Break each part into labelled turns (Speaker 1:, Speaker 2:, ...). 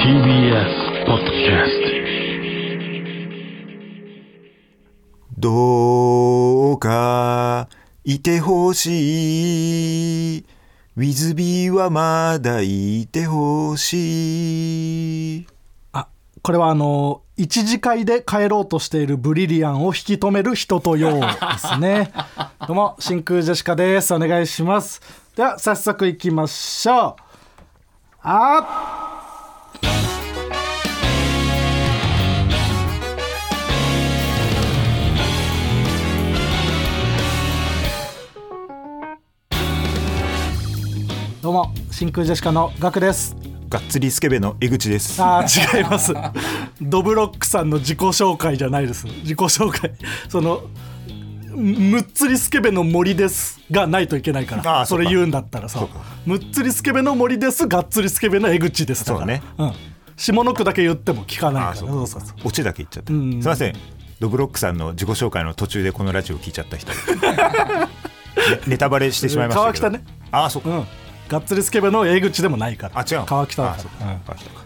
Speaker 1: TBS ポッドキャス
Speaker 2: どうかいてほしい。ウィズビーはまだいてほしい。
Speaker 3: あこれはあの一次会で帰ろうとしているブリリアンを引き止める人とようですねどうも真空ジェシカですお願いしますでは早速いきましょうあーどうも真空ジェシカのガクです
Speaker 2: がっつりスケベの江口です。
Speaker 3: あー違いますドブロックさんの自己紹介じゃないです自己紹介そのむむっつりスケベの森ですがないといけないから
Speaker 2: あー
Speaker 3: それ
Speaker 2: そうか
Speaker 3: 言うんだったらさ
Speaker 2: うか
Speaker 3: むっつりスケベの森ですがっつりスケベの江口ですだから
Speaker 2: そうね
Speaker 3: ん、下の句だけ言っても聞かないから
Speaker 2: あ、そうか
Speaker 3: そうそう
Speaker 2: オチだけ言っちゃった。す
Speaker 3: ん
Speaker 2: みません。ドブロックさんの自己紹介の途中でこのラジオ聞いちゃった 人。ねネタバレしてしまいましたけど。
Speaker 3: 川北ね。
Speaker 2: ああ、そう
Speaker 3: う
Speaker 2: か。
Speaker 3: んがっつりスケベの江口でもないから
Speaker 2: あ、違うの。
Speaker 3: 川北だ
Speaker 2: あ
Speaker 3: か
Speaker 2: そう
Speaker 3: ら
Speaker 2: 川北か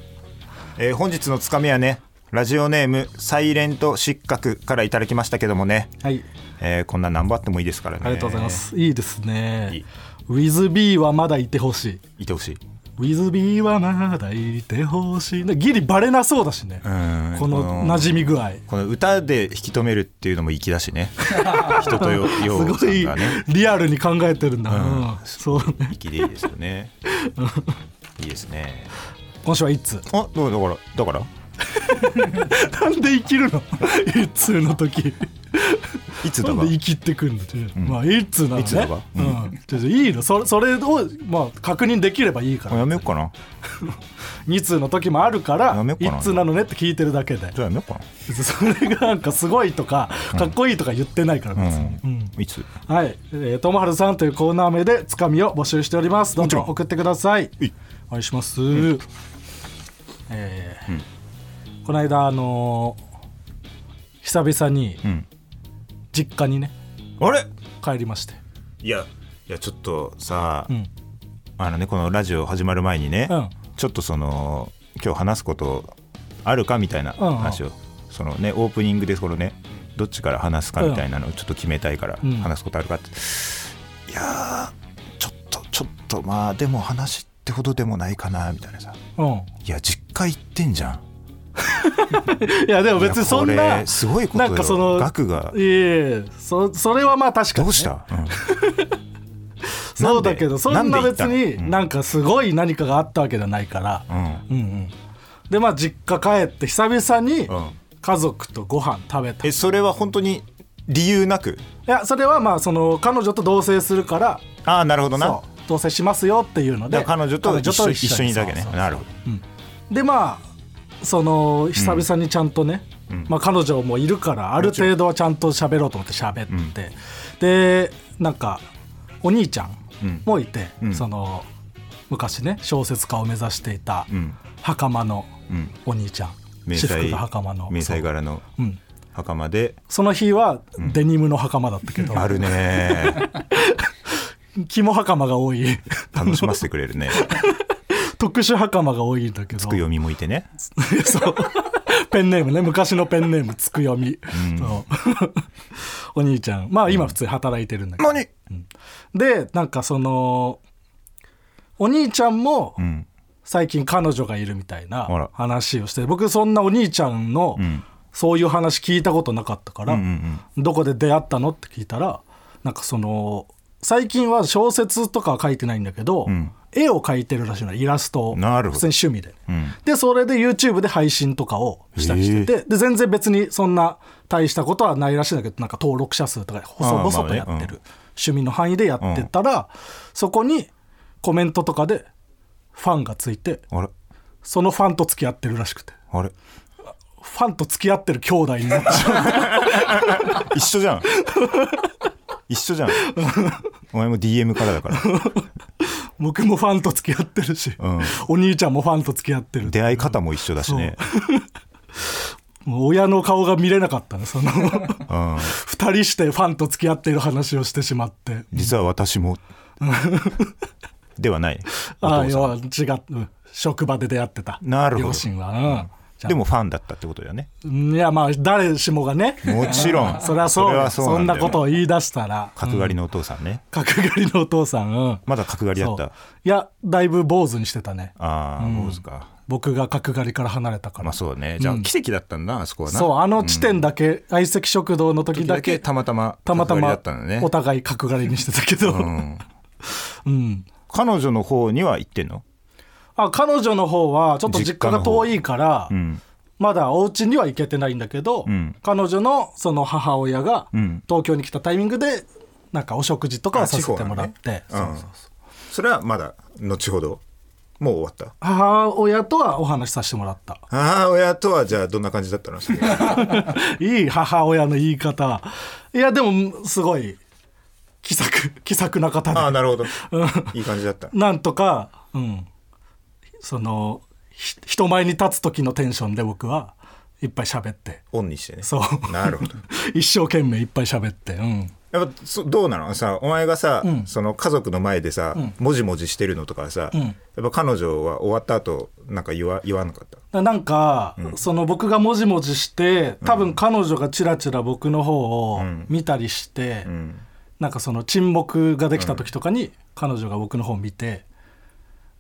Speaker 2: えー本日のつかみはね、ラジオネームサイレント失格からいただきましたけどもね。
Speaker 3: はい
Speaker 2: えーこんな何番あってもいいですからね。
Speaker 3: ありがとうございま。す、いいですね
Speaker 2: いい
Speaker 3: ウィズビーはまだいてほしい
Speaker 2: いてほしい。
Speaker 3: ウィズビーはまだいてほしいねギリバレなそうだしね
Speaker 2: うん
Speaker 3: この馴染み具合
Speaker 2: この歌で引き止めるっていうのも粋だし ね。人とよ、よう
Speaker 3: す
Speaker 2: さ
Speaker 3: ご
Speaker 2: ん
Speaker 3: い
Speaker 2: がね。
Speaker 3: リアルに考えてるんだ、うんそうね
Speaker 2: 粋でいいですよ ね。いいですね。
Speaker 3: 今週はいつ
Speaker 2: あ、どうだから、だから。
Speaker 3: なんで生きるの一通の時
Speaker 2: いつ
Speaker 3: な
Speaker 2: だ
Speaker 3: ん
Speaker 2: か
Speaker 3: で。生きてくんの、まあ一通なのね
Speaker 2: いつだか
Speaker 3: う
Speaker 2: うん
Speaker 3: ちょっといいのそれそれを、まあ、確認できればいいか
Speaker 2: あ
Speaker 3: ら
Speaker 2: やめようかな。
Speaker 3: 二通の時もあるから
Speaker 2: やめようかな
Speaker 3: 一通なのねって聞いてるだけで
Speaker 2: じゃあやめようか
Speaker 3: それがなんかすごいとかかっこいいとか言ってないから
Speaker 2: な。う
Speaker 3: 別に、
Speaker 2: ん。
Speaker 3: うん
Speaker 2: いつ。
Speaker 3: はい、えー、ともはるさんというコーナー名でつかみを募集しております。どんど
Speaker 2: もちろ
Speaker 3: ん
Speaker 2: ん
Speaker 3: 送ってください
Speaker 2: はい。
Speaker 3: お願いします。えーこの間あのー久々に
Speaker 2: うん。
Speaker 3: 実家にね
Speaker 2: あれ。
Speaker 3: 帰りまして、
Speaker 2: いや。いや、ちょっとさ
Speaker 3: うん、
Speaker 2: あのね、このラジオ始まる前にね
Speaker 3: うん。
Speaker 2: ちょっとその。今日話すこと。あるかみたいな
Speaker 3: うんうん
Speaker 2: 話を。そのね、オープニングで、このね。どっちから話すかみたいなのをちょっと決めたいから、
Speaker 3: うん
Speaker 2: 話すことあるかって。いやー。ちょっと、ちょっと、まあ、でも話ってほどでもないかなみたいなさ。
Speaker 3: うん。
Speaker 2: いや、実家行ってんじゃん。
Speaker 3: いやでも別にそん
Speaker 2: いやこ
Speaker 3: な
Speaker 2: れすごいことよ
Speaker 3: なんかその
Speaker 2: 額が
Speaker 3: いえいえそそれはまあ確か
Speaker 2: ど
Speaker 3: に、ね、
Speaker 2: うした、うん
Speaker 3: そうだけ
Speaker 2: な
Speaker 3: ど
Speaker 2: んで
Speaker 3: そんな
Speaker 2: なんで言っ
Speaker 3: 別
Speaker 2: たのう
Speaker 3: に
Speaker 2: ん
Speaker 3: なんかすごい何かがあったわけじゃないから、
Speaker 2: うん
Speaker 3: うんうん、でまあ実家帰って久々に
Speaker 2: うん
Speaker 3: 家族とご飯食べた
Speaker 2: えそれは本当に理由なく
Speaker 3: いやそれはまあその彼女と同棲するから
Speaker 2: ああなるほどな
Speaker 3: そう同棲しますよっていうので
Speaker 2: だから彼女と一緒一緒にだけね
Speaker 3: そうそう
Speaker 2: なるほど
Speaker 3: でまあその久々にちゃんとね、まあ、彼女もいるからある程度はちゃんと喋ろうと思って喋って、でなんかお兄ちゃんもいて、
Speaker 2: ん
Speaker 3: その昔ね小説家を目指していた
Speaker 2: ん
Speaker 3: 袴の
Speaker 2: ん
Speaker 3: お兄ちゃん、
Speaker 2: 迷
Speaker 3: 私服
Speaker 2: 彩
Speaker 3: が袴の
Speaker 2: 迷彩柄の
Speaker 3: そううん
Speaker 2: 袴で、
Speaker 3: その日はデニムの袴だったけど、
Speaker 2: あるね
Speaker 3: 肝袴が多い
Speaker 2: 楽しませてくれる ね
Speaker 3: 特殊袴が多いんだけど
Speaker 2: つくよみもいてね
Speaker 3: そう。ペンネームね、昔のペンネーム、つくよみ。そう お兄ちゃん。まあ今普通に働いてるんだけど。
Speaker 2: 何
Speaker 3: で、なんかその、お兄ちゃんも
Speaker 2: うん
Speaker 3: 最近彼女がいるみたい
Speaker 2: あ
Speaker 3: な
Speaker 2: ら
Speaker 3: 話をして、僕そんなお兄ちゃんの
Speaker 2: ん
Speaker 3: そういう話聞いたことなかったから
Speaker 2: うんう、ん
Speaker 3: どこで出会ったのって聞いたら、なんかその、最近は小説とかは書いてないんだけど、
Speaker 2: ん
Speaker 3: 絵を描いてるらしいのイラストを
Speaker 2: なるほ
Speaker 3: 普
Speaker 2: ど
Speaker 3: 通に趣味で、
Speaker 2: うん
Speaker 3: でそれで YouTube で配信とかをしたりしてて、で全然別にそんな大したことはないらしいんだけどなんか登録者数とか細
Speaker 2: あーま
Speaker 3: 々
Speaker 2: あ
Speaker 3: と
Speaker 2: ね
Speaker 3: やってる、趣味の範囲でやってたら、そこにコメントとかでファンがついて
Speaker 2: あれ
Speaker 3: そのファンと付き合ってるらしくて
Speaker 2: あれ
Speaker 3: ファンと付き合ってる兄弟になってしまう
Speaker 2: 一緒じゃん一緒じゃんお前も DM からだから
Speaker 3: 僕もファンと付き合ってるし、
Speaker 2: ん
Speaker 3: お兄ちゃんもファンと付き合ってる
Speaker 2: 出会い方も一緒だしね
Speaker 3: もう親の顔が見れなかったねその
Speaker 2: うん
Speaker 3: 二 人してファンと付き合っている話をしてしまって
Speaker 2: 実は私もではない。お
Speaker 3: ああ
Speaker 2: 父
Speaker 3: 要
Speaker 2: さん
Speaker 3: は違う職場で出会ってた
Speaker 2: なるほど
Speaker 3: 両親は、うんじゃあ
Speaker 2: でもファンだったってことだよね。
Speaker 3: うんいやまあ誰しもがね
Speaker 2: もちろん。
Speaker 3: そりゃそう
Speaker 2: れは
Speaker 3: そ
Speaker 2: うんだ
Speaker 3: な
Speaker 2: よ
Speaker 3: ことを言い出したら
Speaker 2: 角刈りのお父さんね。
Speaker 3: 角刈りのお父さん、うん、
Speaker 2: まだ角刈りだっ
Speaker 3: そ
Speaker 2: た
Speaker 3: う。いやだいぶ坊主にしてたね
Speaker 2: ああ、坊主か。
Speaker 3: 僕が角刈りから離れたから、
Speaker 2: まあそうだね。じゃあ奇跡だったんだな、あそこはな。
Speaker 3: そうあの地点だけ相席食堂の時
Speaker 2: 時
Speaker 3: だ
Speaker 2: だ
Speaker 3: け
Speaker 2: けたまたま
Speaker 3: たま
Speaker 2: 角刈
Speaker 3: た
Speaker 2: りだ
Speaker 3: ま
Speaker 2: ったんだね
Speaker 3: お。互い角刈りにしてたけど、う
Speaker 2: うんん彼女の方には行ってんの
Speaker 3: あ彼女の方はちょっと実家が遠いから、
Speaker 2: うん。
Speaker 3: まだお家には行けてないんだけど、
Speaker 2: うん
Speaker 3: 彼女のその母親が
Speaker 2: うん
Speaker 3: 東京に来たタイミングでなんかお食事とかをさせてもらって、
Speaker 2: うんそれはまだ後ほど。もう終わった。
Speaker 3: 母親とはお話しさせてもらった
Speaker 2: 母親とはじゃあどんな感じだ ったの
Speaker 3: いい母親の言い方いやでもすごい気さく気さくな方で
Speaker 2: ああ、なるほど。いい感じだった。
Speaker 3: なんとか、うん、そのひ人前に立つ時のテンションで僕はいっぱい喋って
Speaker 2: オンにしてね。
Speaker 3: そう
Speaker 2: なるほど。
Speaker 3: 一生懸命いっぱい喋って、うん、
Speaker 2: やっぱそどうなのさお前がさ、その家族の前でさ、もじもじしてるのとかさ、やっぱ彼女は終わった後なんか言わ言わなかった
Speaker 3: ななんか、その僕がもじもじして多分彼女がちらちら僕の方を見たりして、
Speaker 2: ん
Speaker 3: なんかその沈黙ができた時とかに彼女が僕の方を見て。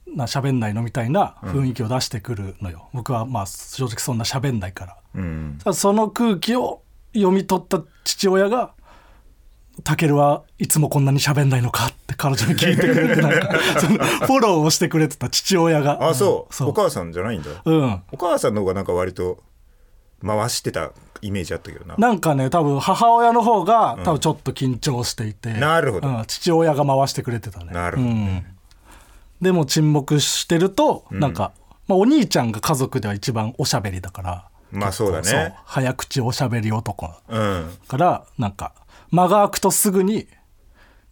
Speaker 3: な喋んないのみたいな雰囲気を出してくるのよ、僕はまあ正直そんな喋んないから、
Speaker 2: うん
Speaker 3: ただその空気を読み取った父親が「タケルはいつもこんなに喋んないのか」って彼女に聞いてくれてなん かそのフォローをしてくれてた父親が
Speaker 2: あそう,、
Speaker 3: そう
Speaker 2: お母さんじゃないんだ
Speaker 3: うん
Speaker 2: お母さんの方がなんか割と回してたイメージあったけどな
Speaker 3: なんかね多分母親の方が多分ちょっと緊張していて、
Speaker 2: なるほど
Speaker 3: うん父親が回してくれてたね
Speaker 2: なるほど
Speaker 3: うんでも沈黙してるとなんか、まあ、お兄ちゃんが家族では一番おしゃべりだから
Speaker 2: まあそうだ
Speaker 3: そう
Speaker 2: ね
Speaker 3: 早口おしゃべり男
Speaker 2: うん
Speaker 3: からなんか間が空くとすぐに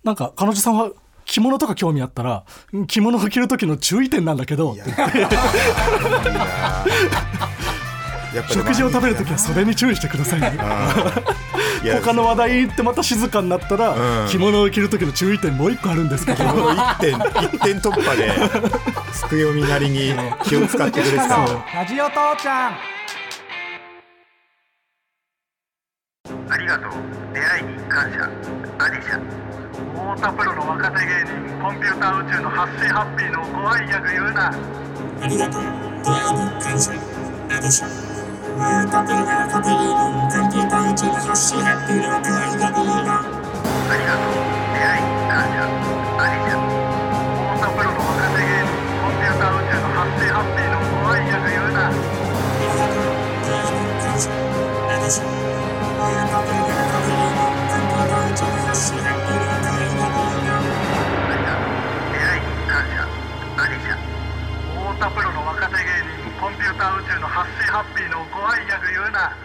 Speaker 3: なんか彼女さんは着物とか興味あったらうん着物を着る時の注意点なんだけど
Speaker 2: やっぱり
Speaker 3: 食事を食べる時はそれに注意してくださいね
Speaker 2: いや
Speaker 3: 他の話題に行ってまた静かになったら、
Speaker 2: うん
Speaker 3: 着物を着る時の注意点もう一個あるんです けど
Speaker 2: この一点一点突破で机読みなりに気を使ってくれてた
Speaker 3: ラジオ父ちゃん
Speaker 4: ありがとう。出会いに感謝。アディシャ。太田プロの若手芸人、コンピューター宇宙の発生ハッピーの怖い役言うな。
Speaker 5: ありがとう。出会いに感謝。あでしょ。もうとても若手芸人、コンピューター宇宙の発信ハッピーの可愛いだけいいな。
Speaker 4: ありがとう。出会いに感謝。アディシャ。太田プロの若手芸人、コンピューター宇宙の発生ハッピーの怖い役言うな。
Speaker 5: ありがとう。出会いに感謝。あでしょ。もうとても若手芸人、コンピューター宇宙の発信ハッピーの可愛いだけいいな。
Speaker 4: あ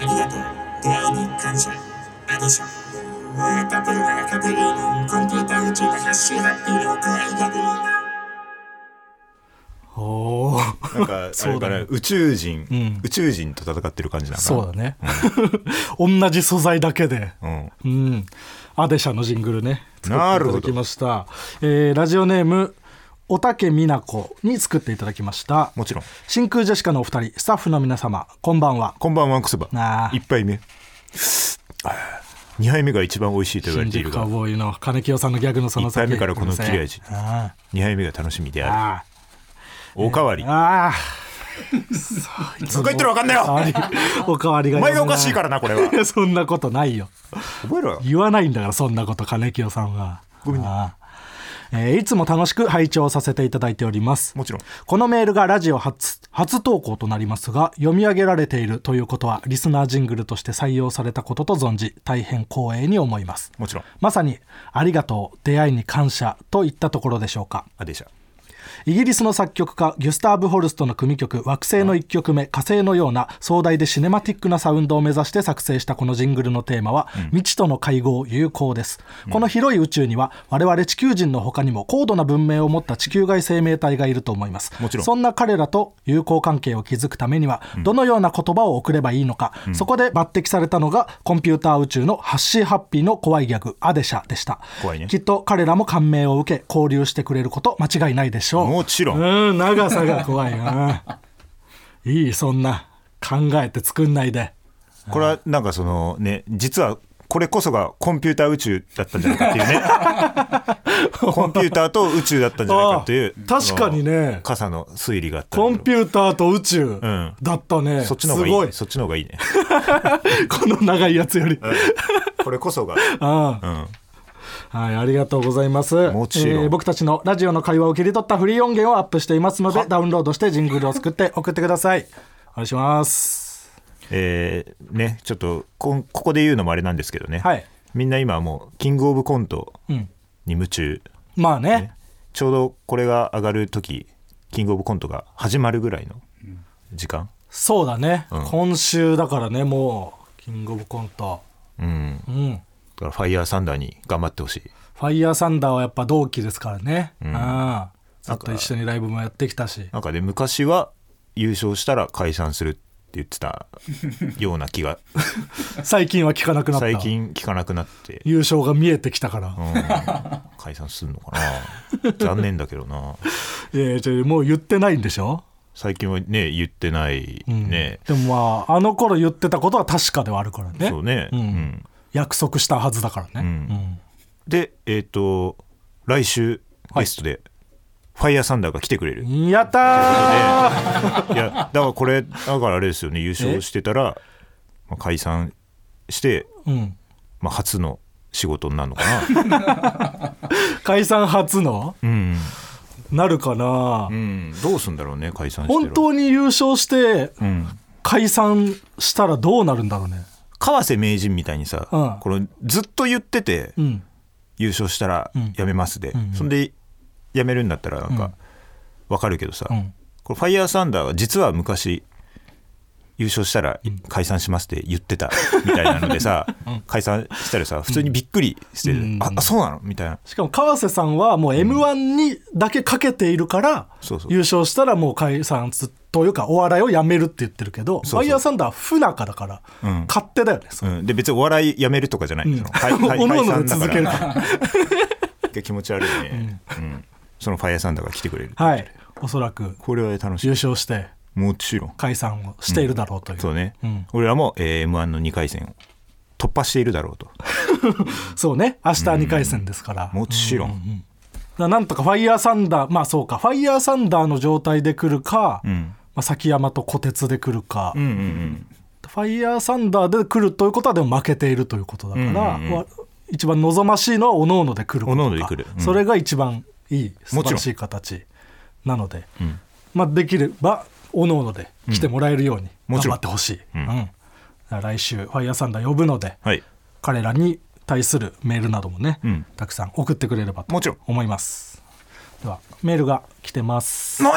Speaker 4: りがとう。出会いに感謝。アディシャ。太田プロの若手芸人、コンピューター宇宙の発生ハッピーの怖い役言うな。
Speaker 5: ありがとう。出会いに感謝。あでしょ。もうとても若手芸人、コンピューター宇宙の発信ハッピーの可愛いだけいいな。
Speaker 3: おー
Speaker 2: なんかあ
Speaker 3: そ
Speaker 2: れ
Speaker 3: うだ
Speaker 2: か
Speaker 3: ね
Speaker 2: ら、宇宙人、
Speaker 3: ん
Speaker 2: 宇宙人と戦ってる感じなのかな
Speaker 3: そうだね、 同じ素材だけで
Speaker 2: うん
Speaker 3: うん、アデシャのジングルね作
Speaker 2: な
Speaker 3: って
Speaker 2: る
Speaker 3: い
Speaker 2: ほ
Speaker 3: た
Speaker 2: ど
Speaker 3: だきました、えーラジオネームおたけみなこに作っていただきました
Speaker 2: もちろん
Speaker 3: 真空ジェシカのお二人スタッフの皆様こんばんは
Speaker 2: こんばんはクスバ
Speaker 3: なあ
Speaker 2: 一杯目二杯目が一番美味しいと言われ
Speaker 3: 新
Speaker 2: ている
Speaker 3: 宿カ
Speaker 2: が
Speaker 3: ウボーイの金清さんのギャグのその
Speaker 2: 一杯目からこの切れ味
Speaker 3: あ
Speaker 2: 二杯目が楽しみである
Speaker 3: あ
Speaker 2: おかわり
Speaker 3: ああ
Speaker 2: 何回言ってるわかんないよ
Speaker 3: おかわりが
Speaker 2: お前がおかしいかららなこれはい
Speaker 3: や そんなことないよ
Speaker 2: 覚えろよ
Speaker 3: 言わないんだからそんなこと金清さんはああえーいつも楽しく拝聴させていただいております
Speaker 2: もちろん
Speaker 3: このメールがラジオ初初投稿となりますが読み上げられているということはリスナージングルとして採用されたことと存じ大変光栄に思います
Speaker 2: もちろん
Speaker 3: まさに「ありがとう出会いに感謝」といったところでしょうか
Speaker 2: あでしゃ
Speaker 3: イギリスの作曲家ギュスターブ・ホルストの組曲「惑星の1曲目火星のような壮大でシネマティックなサウンドを目指して作成したこのジングルのテーマは「未知との会合有効」です、この広い宇宙には我々地球人の他にも高度な文明を持った地球外生命体がいると思います
Speaker 2: もちろん
Speaker 3: そんな彼らと友好関係を築くためにはどのような言葉を送ればいいのか、そこで抜擢されたのがコンピューター宇宙のハッシーハッピーの怖いギャグアデシャでした
Speaker 2: 怖いね
Speaker 3: きっと彼らも感銘を受け交流してくれること間違いないでしょう
Speaker 2: もちろん
Speaker 3: うん長さが怖いないいそんな考えて作んないで
Speaker 2: これはなんかそのね実はこれこそがコンピューター宇宙だったんじゃないかっていうね コンピューターと宇宙だったんじゃないかっていう
Speaker 3: あー確かにね
Speaker 2: 傘の推理があった
Speaker 3: コンピ
Speaker 2: ュー
Speaker 3: ューターと宇宙
Speaker 2: ん
Speaker 3: だったね、
Speaker 2: そっちの方がいい
Speaker 3: す
Speaker 2: そっちの方がいいね
Speaker 3: ごいこの長いやつより、
Speaker 2: これこそが
Speaker 3: ああ
Speaker 2: うん
Speaker 3: はい、ありがとうございます。
Speaker 2: もちろん
Speaker 3: 僕たちのラジオの会話を切り取ったフリー音源をアップしていますので、ダウンロードしてジングルを作って送ってください。お願いします。
Speaker 2: えーねちょっとこんここで言うのもあれなんですけどね、
Speaker 3: はい
Speaker 2: みんな今もうキングオブコント
Speaker 3: うん。
Speaker 2: に夢中、
Speaker 3: まあね。
Speaker 2: ちょうどこれが上がる時キングオブコントが始まるぐらいの時間
Speaker 3: そうだね、
Speaker 2: うん
Speaker 3: 今週だからね、もう、キングオブコント。
Speaker 2: うんだ
Speaker 3: うん。
Speaker 2: からファイヤーサンダーに頑張ってほしい
Speaker 3: ファイヤーサンダーはやっぱ同期ですからね。うんん。ずっと一緒にライブもやってきた し。
Speaker 2: なんかね昔は優勝したら解散するって言ってたような気が
Speaker 3: 最近は聞かなくなった。
Speaker 2: 最近聞かなくなって、
Speaker 3: 優勝が見えてきたから
Speaker 2: う。ん、解散するのかな残念だけどない
Speaker 3: やいやちょもう言ってないんでしょ
Speaker 2: 最近はね言ってない
Speaker 3: うん
Speaker 2: ね、
Speaker 3: でもまああの頃言ってたことは確かではあるからね
Speaker 2: そうね、
Speaker 3: うん
Speaker 2: うん
Speaker 3: 約束したはずだからね、
Speaker 2: うん
Speaker 3: うん
Speaker 2: でえっ、と来週ゲストで、ファイヤーサンダーが来てくれる、い
Speaker 3: やったー
Speaker 2: やだからこれだからあれですよね優勝してたら、まあ、解散して、
Speaker 3: うん、
Speaker 2: まあ、初の仕事になるのか な
Speaker 3: 解散初の
Speaker 2: うん、
Speaker 3: なるかな、
Speaker 2: うん、どうすんだろうね解散して
Speaker 3: 本当に優勝して
Speaker 2: うん、
Speaker 3: 解散したらどうなるんだろうね
Speaker 2: 川瀬名人みたいにさ、
Speaker 3: うん
Speaker 2: これずっと言ってて、
Speaker 3: うん
Speaker 2: 優勝したら
Speaker 3: ん
Speaker 2: やめますで、
Speaker 3: んうん
Speaker 2: そんでやめるんだったらなん
Speaker 3: う
Speaker 2: かわかるけどさ、
Speaker 3: うん
Speaker 2: これファイヤーサンダーは実は昔優勝したら解散しますって言ってたみたいなので さ、解散したらさ普通にびっくりして、
Speaker 3: うん
Speaker 2: ああそうなのみたいな
Speaker 3: しかも川瀬さんはもう m 1にだけかけているから、
Speaker 2: そうそう
Speaker 3: 優勝したらもう解散というかお笑いをやめるって言ってるけど
Speaker 2: そう
Speaker 3: ファイヤーサンダーは不仲だから、
Speaker 2: うん
Speaker 3: 勝手だよねそれ
Speaker 2: うん、で別にお笑いやめるとかじゃない、 その解解
Speaker 3: おのお
Speaker 2: 解
Speaker 3: ので
Speaker 2: 散だ
Speaker 3: 続
Speaker 2: か
Speaker 3: ける
Speaker 2: ら
Speaker 3: から
Speaker 2: 気持ち悪いね、うんそのファイヤーサンダーが来てくれる、
Speaker 3: はいおそらく
Speaker 2: これは楽し
Speaker 3: 優
Speaker 2: い
Speaker 3: 勝して
Speaker 2: もちろん
Speaker 3: 解散をしているだろうという、
Speaker 2: そうね、
Speaker 3: うん
Speaker 2: 俺らも、えー、m 1の2回戦を突破しているだろうと
Speaker 3: そうね明日2回戦ですから、
Speaker 2: もちろん、
Speaker 3: だなんとかファイヤーサンダーまあそうかファイヤーサンダーの状態で来るか、
Speaker 2: ん
Speaker 3: まあ、崎山と虎鉄で来るか、
Speaker 2: うんうん
Speaker 3: ファイヤーサンダーで来るということはでも負けているということだから、
Speaker 2: うんうんうん
Speaker 3: わ一番望ましいのはおのおので来るこ
Speaker 2: お
Speaker 3: とか
Speaker 2: のおので来るうん
Speaker 3: それが一番いい素
Speaker 2: もちろ
Speaker 3: 晴ら
Speaker 2: ん
Speaker 3: しい形なので、まあ、できればおのおので来てもらえるように
Speaker 2: も
Speaker 3: 頑
Speaker 2: ちろ
Speaker 3: 張
Speaker 2: ん
Speaker 3: ってほしい、
Speaker 2: うん
Speaker 3: うんだから来週ファイヤーサンダー呼ぶので、
Speaker 2: はい
Speaker 3: 彼らに対するメールなどもね、
Speaker 2: うん
Speaker 3: たくさん送ってくれればと
Speaker 2: もちろん
Speaker 3: 思いますではメールが来てます
Speaker 2: 何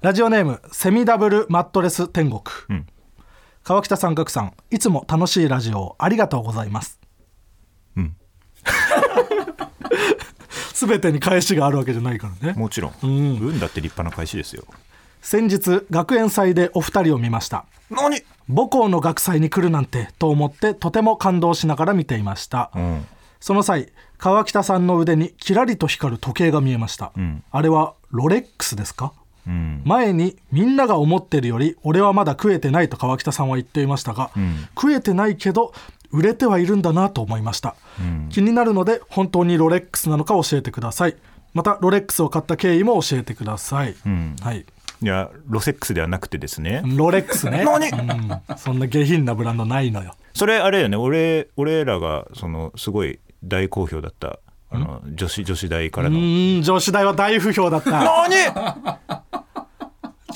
Speaker 3: ラジオネームセミダブルマットレス天国、
Speaker 2: うん
Speaker 3: 川北三角さんいつも楽しいラジオをありがとうございます
Speaker 2: うん
Speaker 3: すべてに返しがあるわけじゃないからね
Speaker 2: もちろん、
Speaker 3: ん
Speaker 2: 運だって立派な返しですよ
Speaker 3: 先日学園祭でお二人を見ました
Speaker 2: 何
Speaker 3: 母校の学祭に来るなんてと思ってとても感動しながら見ていました、
Speaker 2: うん
Speaker 3: その際川北さんの腕にキラリと光る時計が見えました、
Speaker 2: ん
Speaker 3: あれはロレックスですか
Speaker 2: うん
Speaker 3: 前にみんなが思ってるより俺はまだ食えてないと川北さんは言っていましたが、食えてないけど売れてはいるんだなと思いました、気になるので本当にロレックスなのか教えてくださいまたロレックスを買った経緯も教えてください、はい
Speaker 2: いやロセックスではなくてですね、
Speaker 3: ロレックスね
Speaker 2: 何
Speaker 3: うんそんな下品なブランドないのよ
Speaker 2: それあれよね俺俺らがそのすごい大好評だったあの女子女子大から
Speaker 3: う
Speaker 2: の
Speaker 3: ーん女子大は大不評だ った
Speaker 2: 何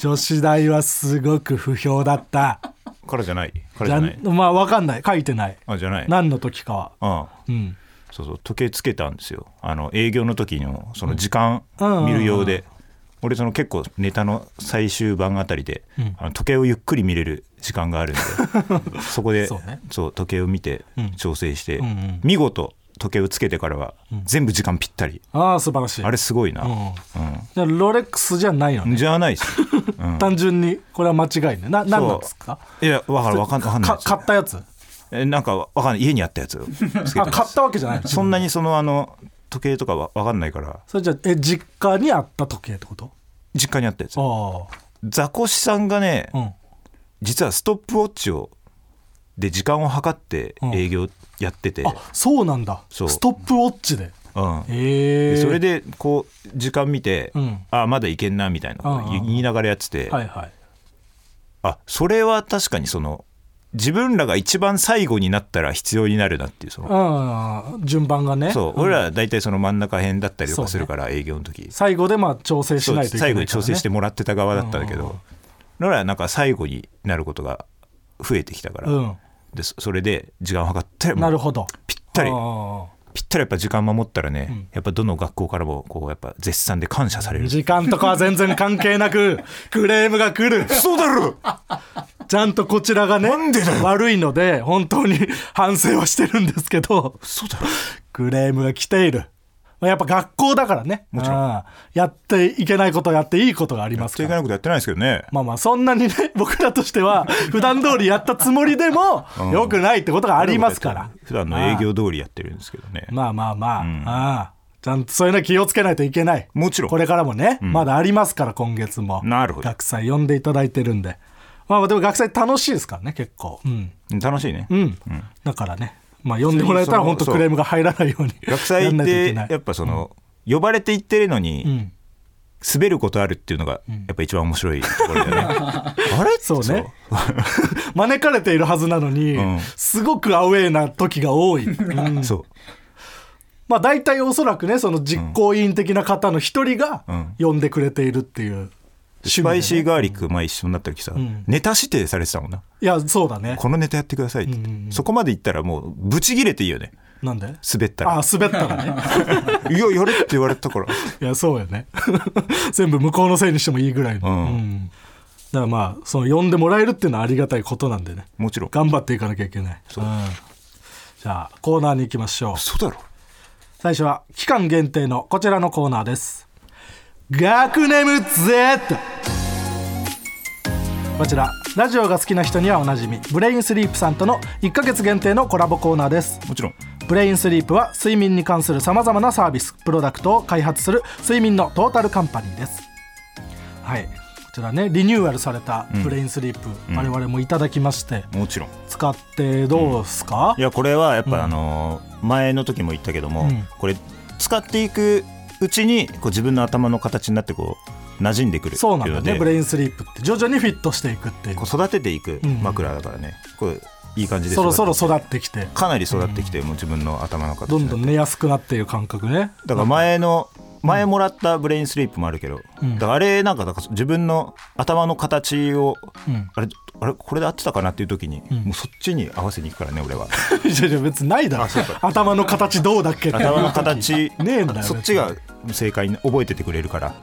Speaker 3: 女子大はすごく不評だった
Speaker 2: からじゃないから
Speaker 3: じ
Speaker 2: じ
Speaker 3: ゃ
Speaker 2: ゃ
Speaker 3: ん
Speaker 2: ない
Speaker 3: まあわかんない書いてない
Speaker 2: あじゃない
Speaker 3: 何の時かは
Speaker 2: ああ
Speaker 3: うん
Speaker 2: そうそう時計つけたんですよあの営業の時のその時間
Speaker 3: うん
Speaker 2: 見る用で、俺その結構ネタの最終版あたりで、
Speaker 3: ん
Speaker 2: あの時計をゆっくり見れる時間があるん でそこで
Speaker 3: そ
Speaker 2: そうう、
Speaker 3: ね
Speaker 2: 時計を見て
Speaker 3: ん
Speaker 2: 調整して、
Speaker 3: うんうん
Speaker 2: 見事時計をつけてからは全部時間ぴったり、
Speaker 3: ああ素晴らしい
Speaker 2: あれすごいな、
Speaker 3: うん
Speaker 2: う
Speaker 3: じゃあロレックスじゃないの
Speaker 2: ん
Speaker 3: ね
Speaker 2: じゃないっす、 うん
Speaker 3: 単純にこれは間違いねな何なんですか
Speaker 2: いやわかるわかんわかんない
Speaker 3: か
Speaker 2: です
Speaker 3: 買ったやつ
Speaker 2: えなんかわかんない家にあったやつをつけてます
Speaker 3: あ買ったわけじゃない
Speaker 2: そんなにそのあの時計とかはわかんないから
Speaker 3: それじゃあえ実家にあった時計ってこと
Speaker 2: 実家にあったやつ
Speaker 3: あ
Speaker 2: ザコシさんがね、
Speaker 3: あうん
Speaker 2: 実はストップウォッチをで時間を計って営業やってて、
Speaker 3: あそうなんだ
Speaker 2: そう
Speaker 3: ストップウォッチで
Speaker 2: うん
Speaker 3: へえ
Speaker 2: でそれでこう時間見て、
Speaker 3: うん
Speaker 2: あまだいけんなみたいなこと
Speaker 3: うんうん
Speaker 2: 言いながらやってて、
Speaker 3: はいはい
Speaker 2: あそれは確かにその自分らが一番最後になったら必要になるなっていうその、
Speaker 3: うん順番がね
Speaker 2: そう俺らは大体その真ん中辺だったりとかするから、営業の時
Speaker 3: 最後でまあ調整し
Speaker 2: そう
Speaker 3: ないといけない
Speaker 2: 最後に調整して
Speaker 3: も
Speaker 2: もらってた側だったんだけど、だからなんか最後になることが増えてきたから、
Speaker 3: うん
Speaker 2: でそそれで時間を計っても
Speaker 3: な
Speaker 2: う
Speaker 3: るほど
Speaker 2: ぴったり
Speaker 3: ああ
Speaker 2: ぴったりやっぱ時間守ったらね、
Speaker 3: ん
Speaker 2: やっぱどの学校からもこうやっぱ絶賛で感謝される
Speaker 3: 時間とかは全然関係なくクレームが来る
Speaker 2: そうだろ
Speaker 3: ちゃんとこちらがね悪いので本当に反省はしてるんですけど
Speaker 2: そうだ
Speaker 3: クレームが来ているまあやっぱ学校だからね
Speaker 2: もちろん
Speaker 3: ああやっていけないことやっていいことがあります
Speaker 2: と
Speaker 3: か
Speaker 2: いけな
Speaker 3: ら
Speaker 2: いことやってないですけどね
Speaker 3: まあまあそんなにね僕らとしては普段通りやったつもりでも
Speaker 2: うん
Speaker 3: 良くないってことがありますから
Speaker 2: 普段の営業通りやってるんですけどね
Speaker 3: まあまあまあ、
Speaker 2: ん
Speaker 3: ああちゃんとそういうのは気をつけないといけない。
Speaker 2: もちろん
Speaker 3: これからもね、まだありますから、今月も。
Speaker 2: なるほど
Speaker 3: 学祭呼んでいただいてるんで。まあまあでも学祭楽しいですからね、結構。うん。
Speaker 2: 楽しいね、
Speaker 3: うん。だからね、まあ呼んでもらえたら本当
Speaker 2: そう
Speaker 3: クレームが入らないように。
Speaker 2: 学祭
Speaker 3: やん
Speaker 2: っ
Speaker 3: ないとい
Speaker 2: て
Speaker 3: けな
Speaker 2: や
Speaker 3: い
Speaker 2: っぱその、呼ばれて行ってるのに、
Speaker 3: うん。
Speaker 2: 滑ることあるっていうのがやっぱ一番面白いところだよね、あれ
Speaker 3: そうね。招かれているはずなのに、
Speaker 2: うん
Speaker 3: すごくアウェーな時が 多い。 うん
Speaker 2: そうそう
Speaker 3: まあ大体おそらくね、その実行委員的な方の一人が
Speaker 2: うん
Speaker 3: 呼んでくれているっていう。
Speaker 2: スパイシーガーリック前一緒になった時さ、
Speaker 3: ん
Speaker 2: ネタ指定されてたもんない
Speaker 3: や、そうだね。
Speaker 2: このネタやってくださいって、
Speaker 3: うんうんうん
Speaker 2: そこまで行ったらもうブチ切れていいよね
Speaker 3: なんで
Speaker 2: 滑った
Speaker 3: あ
Speaker 2: ら
Speaker 3: あ滑ったらね
Speaker 2: 「いややれ」って言われた から
Speaker 3: いやそうよね 全部向こうのせいにしてもいいぐらいの、
Speaker 2: うん
Speaker 3: うんだからまあその呼んでもらえるっていうのはありがたいことなんでね
Speaker 2: もちろん
Speaker 3: 頑張っていかなきゃいけないそう、んじゃあコーナーに行きましょう
Speaker 2: そうだろ
Speaker 3: 最初は期間限定のこちらのコーナーです学ネム Z こちらラジオが好きな人にはおなじみブレインスリープさんとの1ヶ月限定のコラボコーナーです
Speaker 2: もちろん
Speaker 3: ブレインスリープは睡眠に関するさまざまなサービスプロダクトを開発する睡眠のトータルカンパニーですはいこちらねリニューアルされたブレインスリープ、我々もいただきまして、
Speaker 2: もちろん
Speaker 3: 使ってどうですか、
Speaker 2: いやこれはやっぱあのー前の時も言ったけども、
Speaker 3: うん
Speaker 2: これ使っていくうちにこう自分の頭の形になってこう馴染んでくるってい
Speaker 3: そううなんだ
Speaker 2: の
Speaker 3: ね
Speaker 2: で
Speaker 3: ブレインスリープって徐々にフィットしていくっていう
Speaker 2: こう育てていく
Speaker 3: うん
Speaker 2: 枕だからね、これいい感じで
Speaker 3: そろそろ
Speaker 2: 育て
Speaker 3: 育ってきて
Speaker 2: かなり育ってきて、もう自分の頭の形
Speaker 3: ど
Speaker 2: に
Speaker 3: ん
Speaker 2: な
Speaker 3: ど
Speaker 2: って
Speaker 3: ん寝やすくなっている感覚ね
Speaker 2: だから前の前もらったブレインスリープもあるけど、
Speaker 3: うん
Speaker 2: だからあれなんかだから自分の頭の形を、
Speaker 3: うん
Speaker 2: あれあれこれで合ってたかなっていう時に、
Speaker 3: ん
Speaker 2: もうそっちに合わせに行くからね俺は
Speaker 3: いやいや別にないだろ
Speaker 2: あそうか
Speaker 3: 頭の形どうだっけって
Speaker 2: 頭の形
Speaker 3: ねえんだよ
Speaker 2: そっちが正解に覚えててくれるから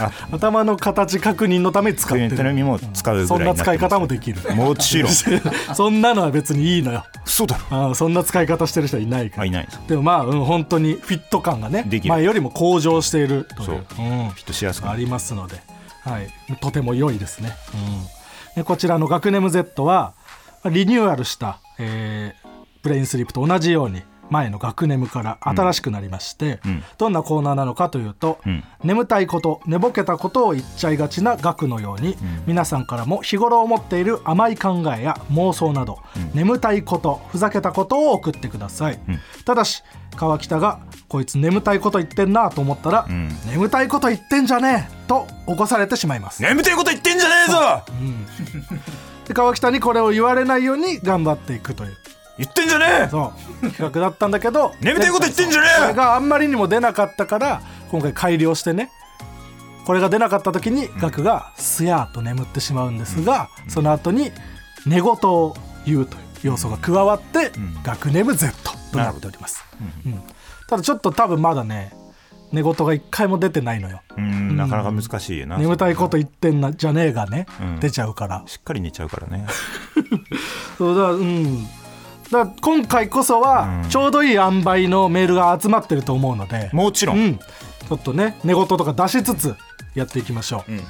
Speaker 2: あ
Speaker 3: 頭の形確認のために使
Speaker 2: こ
Speaker 3: っ
Speaker 2: う
Speaker 3: て
Speaker 2: いう
Speaker 3: る
Speaker 2: 手紙も使う
Speaker 3: そ
Speaker 2: ぐ
Speaker 3: ん
Speaker 2: らい
Speaker 3: な
Speaker 2: になってます
Speaker 3: 使い方もできる
Speaker 2: もちろん
Speaker 3: そんなのは別にいいのよ
Speaker 2: そうだろ
Speaker 3: ああそんな使い方してる人はいないから
Speaker 2: あいない
Speaker 3: でもまあ、うん、本当にフィット感がね
Speaker 2: できる
Speaker 3: 前よりも向上しているという
Speaker 2: そう
Speaker 3: うん
Speaker 2: きっとしやすくな
Speaker 3: あ
Speaker 2: る
Speaker 3: りますので、はい、とても良いですね、でこちらの「学ネム Z」はリニューアルした、えーブレインスリープと同じように前の「学ネム」から新しくなりまして、
Speaker 2: うん
Speaker 3: どんなコーナーなのかというと、
Speaker 2: うん
Speaker 3: 眠たいこと寝ぼけたことを言っちゃいがちな学のように、皆さんからも日頃思っている甘い考えや妄想など、眠たいことふざけたことを送ってください、
Speaker 2: うん
Speaker 3: ただし川北が「こいつ眠たいこと言ってんな」と思ったら「
Speaker 2: ん
Speaker 3: 眠たいこと言ってんじゃねえ!」と起こされてしまいます、
Speaker 2: 眠たいこと言ってんじゃねえぞ
Speaker 3: で川北にこれを言われないように頑張っていくという
Speaker 2: 言ってんじゃねえ
Speaker 3: そう企画だったんだけど
Speaker 2: 眠たいこと言ってんじゃねえ
Speaker 3: 前回そうこれがあんまりにも出なかったから今回改良してねこれが出なかった時にガクがすやーっと眠ってしまうんですが、その後に寝言を言うという要素が加わって、
Speaker 2: ん
Speaker 3: ガクネム Z となっております、うんただちょっと多分まだね寝言が一回も出てないのよ
Speaker 2: うんなかなか難しいな
Speaker 3: 眠たいこと言ってんなじゃねえがね、
Speaker 2: うん
Speaker 3: 出ちゃうから
Speaker 2: しっかり寝ちゃうからね
Speaker 3: そうだからうんだから今回こそは
Speaker 2: うん
Speaker 3: ちょうどいい塩梅のメールが集まってると思うので、
Speaker 2: もちろ、
Speaker 3: うんん、ちょっとね寝言とか出しつつやっていきましょう、
Speaker 2: うん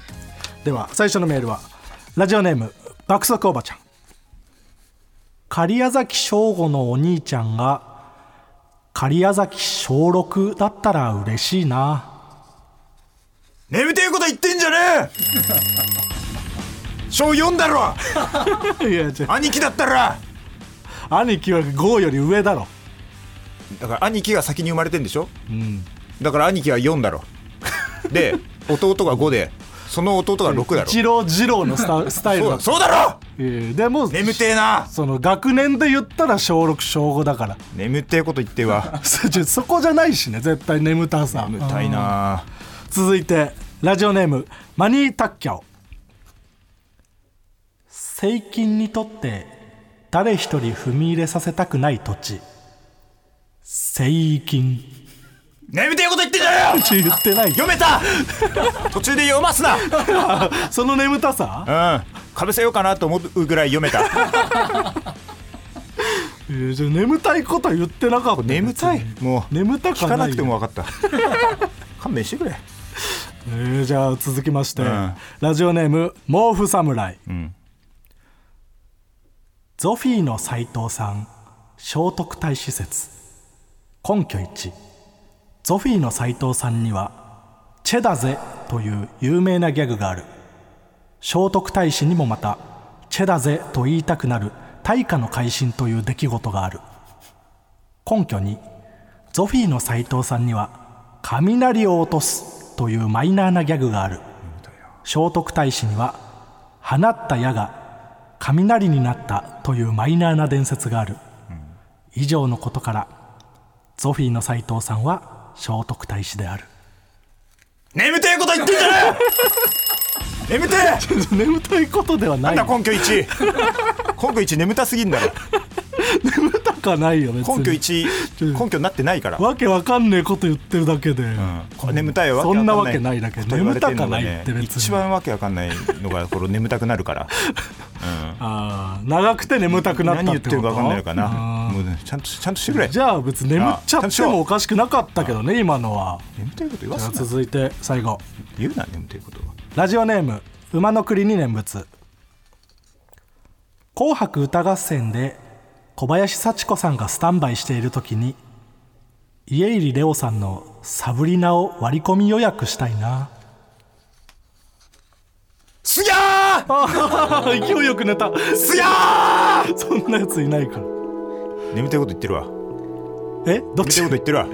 Speaker 3: では最初のメールはラジオネーム爆速おばちゃん狩屋崎翔吾のお兄ちゃんが狩屋崎小6だったら嬉し いな
Speaker 2: 眠たいこと言ってんじゃねえ小4だろ
Speaker 3: いや違う
Speaker 2: 兄貴だったら
Speaker 3: 兄貴は5より上だろ
Speaker 2: だから兄貴が先に生まれてんでしょ
Speaker 3: うん
Speaker 2: だから兄貴は4だろで弟が5でその弟が6だろ
Speaker 3: 一郎二郎のスタスタイ ル
Speaker 2: そう
Speaker 3: だ
Speaker 2: だそうだろ
Speaker 3: ええでも
Speaker 2: 眠てえな
Speaker 3: その学年で言ったら小6小5だから
Speaker 2: 眠てえこと言っては
Speaker 3: そちょそこじゃないしね絶対眠たさ
Speaker 2: 眠たいな
Speaker 3: 続いてラジオネームマニー・タッキャオ税金にとって誰一人踏み入れさせたくない土地税金
Speaker 2: 眠てえこと言ってんじゃねえよ
Speaker 3: 言ってない
Speaker 2: 読めた途中で読ますな
Speaker 3: その眠たさ
Speaker 2: うんかぶせようかなと思うぐらい読めた
Speaker 3: えーじゃあ眠たいことは言ってなかった
Speaker 2: 眠たいもう
Speaker 3: 眠たか
Speaker 2: 聞かなくて
Speaker 3: よ
Speaker 2: も分かった勘弁してくれ
Speaker 3: えーじゃあ続きまして、
Speaker 2: うん
Speaker 3: ラジオネーム毛布侍、
Speaker 2: ん
Speaker 3: ゾフィーの斎藤さん聖徳太子説根拠1ゾフィーの斎藤さんには「チェだぜ」という有名なギャグがある聖徳太子にもまた「チェだぜ」と言いたくなる大化の改新という出来事がある根拠2ゾフィーの斎藤さんには「雷を落とす」というマイナーなギャグがある聖徳太子には「放った矢が雷になった」というマイナーな伝説がある、以上のことからゾフィーの斎藤さんは聖徳太子である
Speaker 2: 眠てえこと言ってんじゃね え 眠てえ
Speaker 3: 眠たいことではない
Speaker 2: なんだ根拠1根拠1眠たすぎん だろ
Speaker 3: 眠たかないよね
Speaker 2: 根拠1根拠になってないから
Speaker 3: わけわかんねえこと言ってるだけで、
Speaker 2: これ眠たいわ
Speaker 3: そんなわけ
Speaker 2: かん
Speaker 3: ないだけ
Speaker 2: と言われ
Speaker 3: 眠
Speaker 2: て
Speaker 3: た
Speaker 2: んの
Speaker 3: か
Speaker 2: が
Speaker 3: な
Speaker 2: ね
Speaker 3: いって別に
Speaker 2: 一番わけわかんないのがこの 眠たくなるから
Speaker 3: あー長くて眠たくなった
Speaker 2: 何
Speaker 3: って
Speaker 2: 言
Speaker 3: こ
Speaker 2: っ
Speaker 3: と
Speaker 2: てるかわかんないのかな
Speaker 3: あー
Speaker 2: もうねちゃんとちゃんとしてくれ
Speaker 3: じゃあ別に眠っちゃ
Speaker 2: あちゃん
Speaker 3: っ
Speaker 2: としてろ
Speaker 3: もおかしくなかったけどね今のは
Speaker 2: 眠たいこと言わ
Speaker 3: じゃあ
Speaker 2: すな
Speaker 3: 続いて最後
Speaker 2: 言うな眠たいことは
Speaker 3: ラジオネーム馬の栗に念仏紅白歌合戦で小林幸子さんがスタンバイしている時に家入レオさんのサブリナを割り込み予約したいな
Speaker 2: すぎゃー
Speaker 3: 勢いよく寝 た
Speaker 2: すぎゃ
Speaker 3: そんなやついないから
Speaker 2: ー眠たいこと言ってるわ
Speaker 3: えど
Speaker 2: 眠
Speaker 3: っ
Speaker 2: た
Speaker 3: ち
Speaker 2: いこと言ってるわ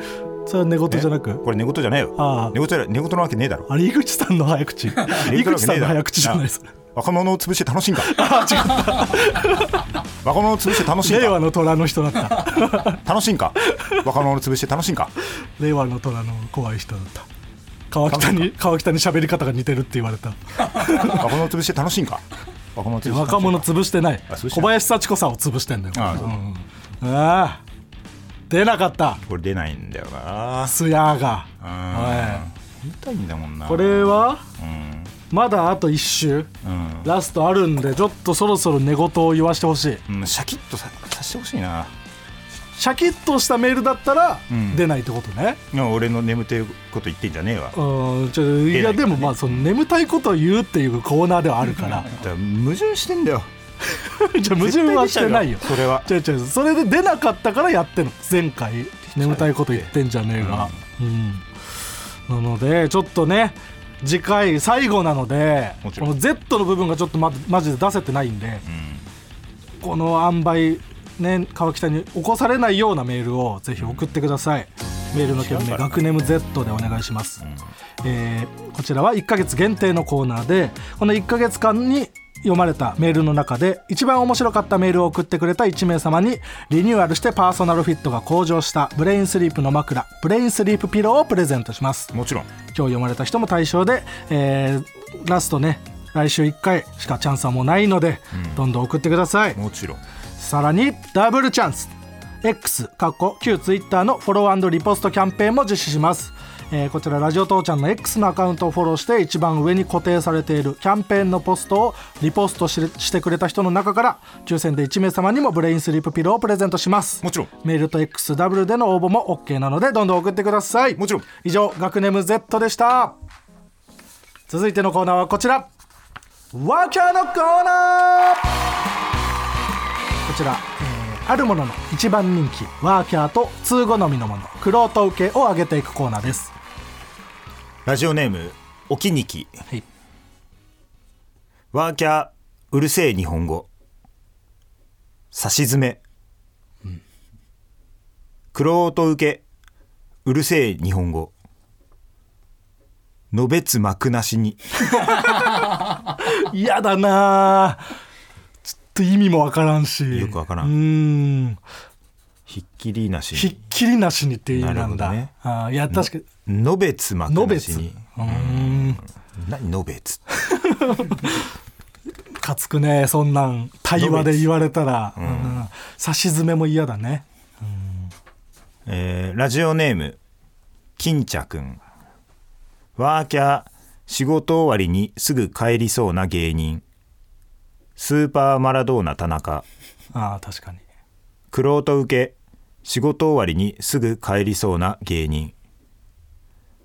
Speaker 3: それは寝言
Speaker 2: ね
Speaker 3: じゃなく、
Speaker 2: これ寝言じゃない
Speaker 3: あ
Speaker 2: よ
Speaker 3: あ
Speaker 2: 寝言じゃない寝言なわけねえだろ
Speaker 3: あれ井口さんの早口井
Speaker 2: 寝 言なわ
Speaker 3: 口
Speaker 2: け
Speaker 3: さ
Speaker 2: ねえ
Speaker 3: ん
Speaker 2: だろ
Speaker 3: の早口じゃないです
Speaker 2: あ若者を潰して楽しい んか 若者を潰して楽しいん
Speaker 3: 令
Speaker 2: か
Speaker 3: 和の虎の人だった
Speaker 2: 楽しいんか若者を潰して楽しいん か
Speaker 3: 令和の虎の怖い人だった川北に川北に喋り方が似てるって言われ た
Speaker 2: 若者を潰して楽しいんか若者を潰して楽しいんか
Speaker 3: 若者潰してない
Speaker 2: あ潰してない
Speaker 3: 小林幸子さんを潰してんだよ
Speaker 2: ああそう
Speaker 3: ああ出なかった
Speaker 2: これ出ないんだよな
Speaker 3: スヤーが
Speaker 2: うん見たいんだもんな
Speaker 3: これは
Speaker 2: うん
Speaker 3: まだあと1周
Speaker 2: うん
Speaker 3: ラストあるんでちょっとそろそろ寝言を言わしてほしい
Speaker 2: うんシャキッとささしてほしいな
Speaker 3: シャキッとしたメールだったら
Speaker 2: ん
Speaker 3: 出ないってことね
Speaker 2: いや俺の眠てえこと言ってんじゃねえわだか
Speaker 3: うんちょい
Speaker 2: 出な
Speaker 3: や
Speaker 2: いからね
Speaker 3: でもまあその眠たいことを言うっていうコーナーではあるか
Speaker 2: ら
Speaker 3: ら
Speaker 2: 矛盾してんだよ
Speaker 3: じゃあ矛盾はしてないよ
Speaker 2: 絶対出ちゃうよそれは
Speaker 3: 違う違うそれで出なかったからやってんの前回眠たいこと言ってんじゃねえがうん、なのでちょっとね次回最後なので
Speaker 2: もち
Speaker 3: こ
Speaker 2: ろん
Speaker 3: の Z の部分がちょっとまマジで出せてないんで、この塩梅ね川北に起こされないようなメールをぜひ送ってください、メールの件
Speaker 2: 違う
Speaker 3: 名
Speaker 2: から
Speaker 3: 学ネム Z でお願いします、えーこちらは1ヶ月限定のコーナーでこの1ヶ月間に読まれたメールの中で一番面白かったメールを送ってくれた1名様にリニューアルしてパーソナルフィットが向上したブレインスリープの枕ブレインスリープピローをプレゼントします
Speaker 2: もちろん
Speaker 3: 今日読まれた人も対象で、えーラストね来週1回しかチャンスはもうないので、どんどん送ってください
Speaker 2: もちろん
Speaker 3: さらにダブルチャンス X 過去旧 Twitter のフォローリポストキャンペーンも実施しますえーこちらラジオ父ちゃんの X のアカウントをフォローして一番上に固定されているキャンペーンのポストをリポストししてくれた人の中から抽選で1名様にもブレインスリープピローをプレゼントします
Speaker 2: もちろん
Speaker 3: メールと X ダブルでの応募も OK なのでどんどん送ってください
Speaker 2: もちろん
Speaker 3: 以上学ネム Z でした続いてのコーナーはこちらワーキャーのコーナーこちら、えーあるものの一番人気ワーキャーと通好みのものクロート受けを上げていくコーナーです
Speaker 2: ラジオネームおきにき
Speaker 3: はい
Speaker 2: ワーキャーうるせえ日本語さしずめクロート受けうるせえ日本語のべつ幕なしに
Speaker 3: 嫌だなぁちょっと意味もわからんし
Speaker 2: よくわからん
Speaker 3: うーん
Speaker 2: ひっきりなし
Speaker 3: ひっきりなしにっていう意味なん
Speaker 2: なる
Speaker 3: だ、
Speaker 2: ほどね
Speaker 3: あーいや確かに
Speaker 2: にのべつ幕
Speaker 3: のべ
Speaker 2: な
Speaker 3: つ
Speaker 2: し
Speaker 3: う
Speaker 2: に
Speaker 3: ーん
Speaker 2: 何のべつ
Speaker 3: かつくねそんなん対話で言われたら、うん差し詰めも嫌だね
Speaker 2: えーラジオネーム金茶くんワーキャー仕事終わりにすぐ帰りそうな芸人スーパーマラドーナ田中
Speaker 3: ああ確かに
Speaker 2: クロート受け仕事終わりにすぐ帰りそうな芸人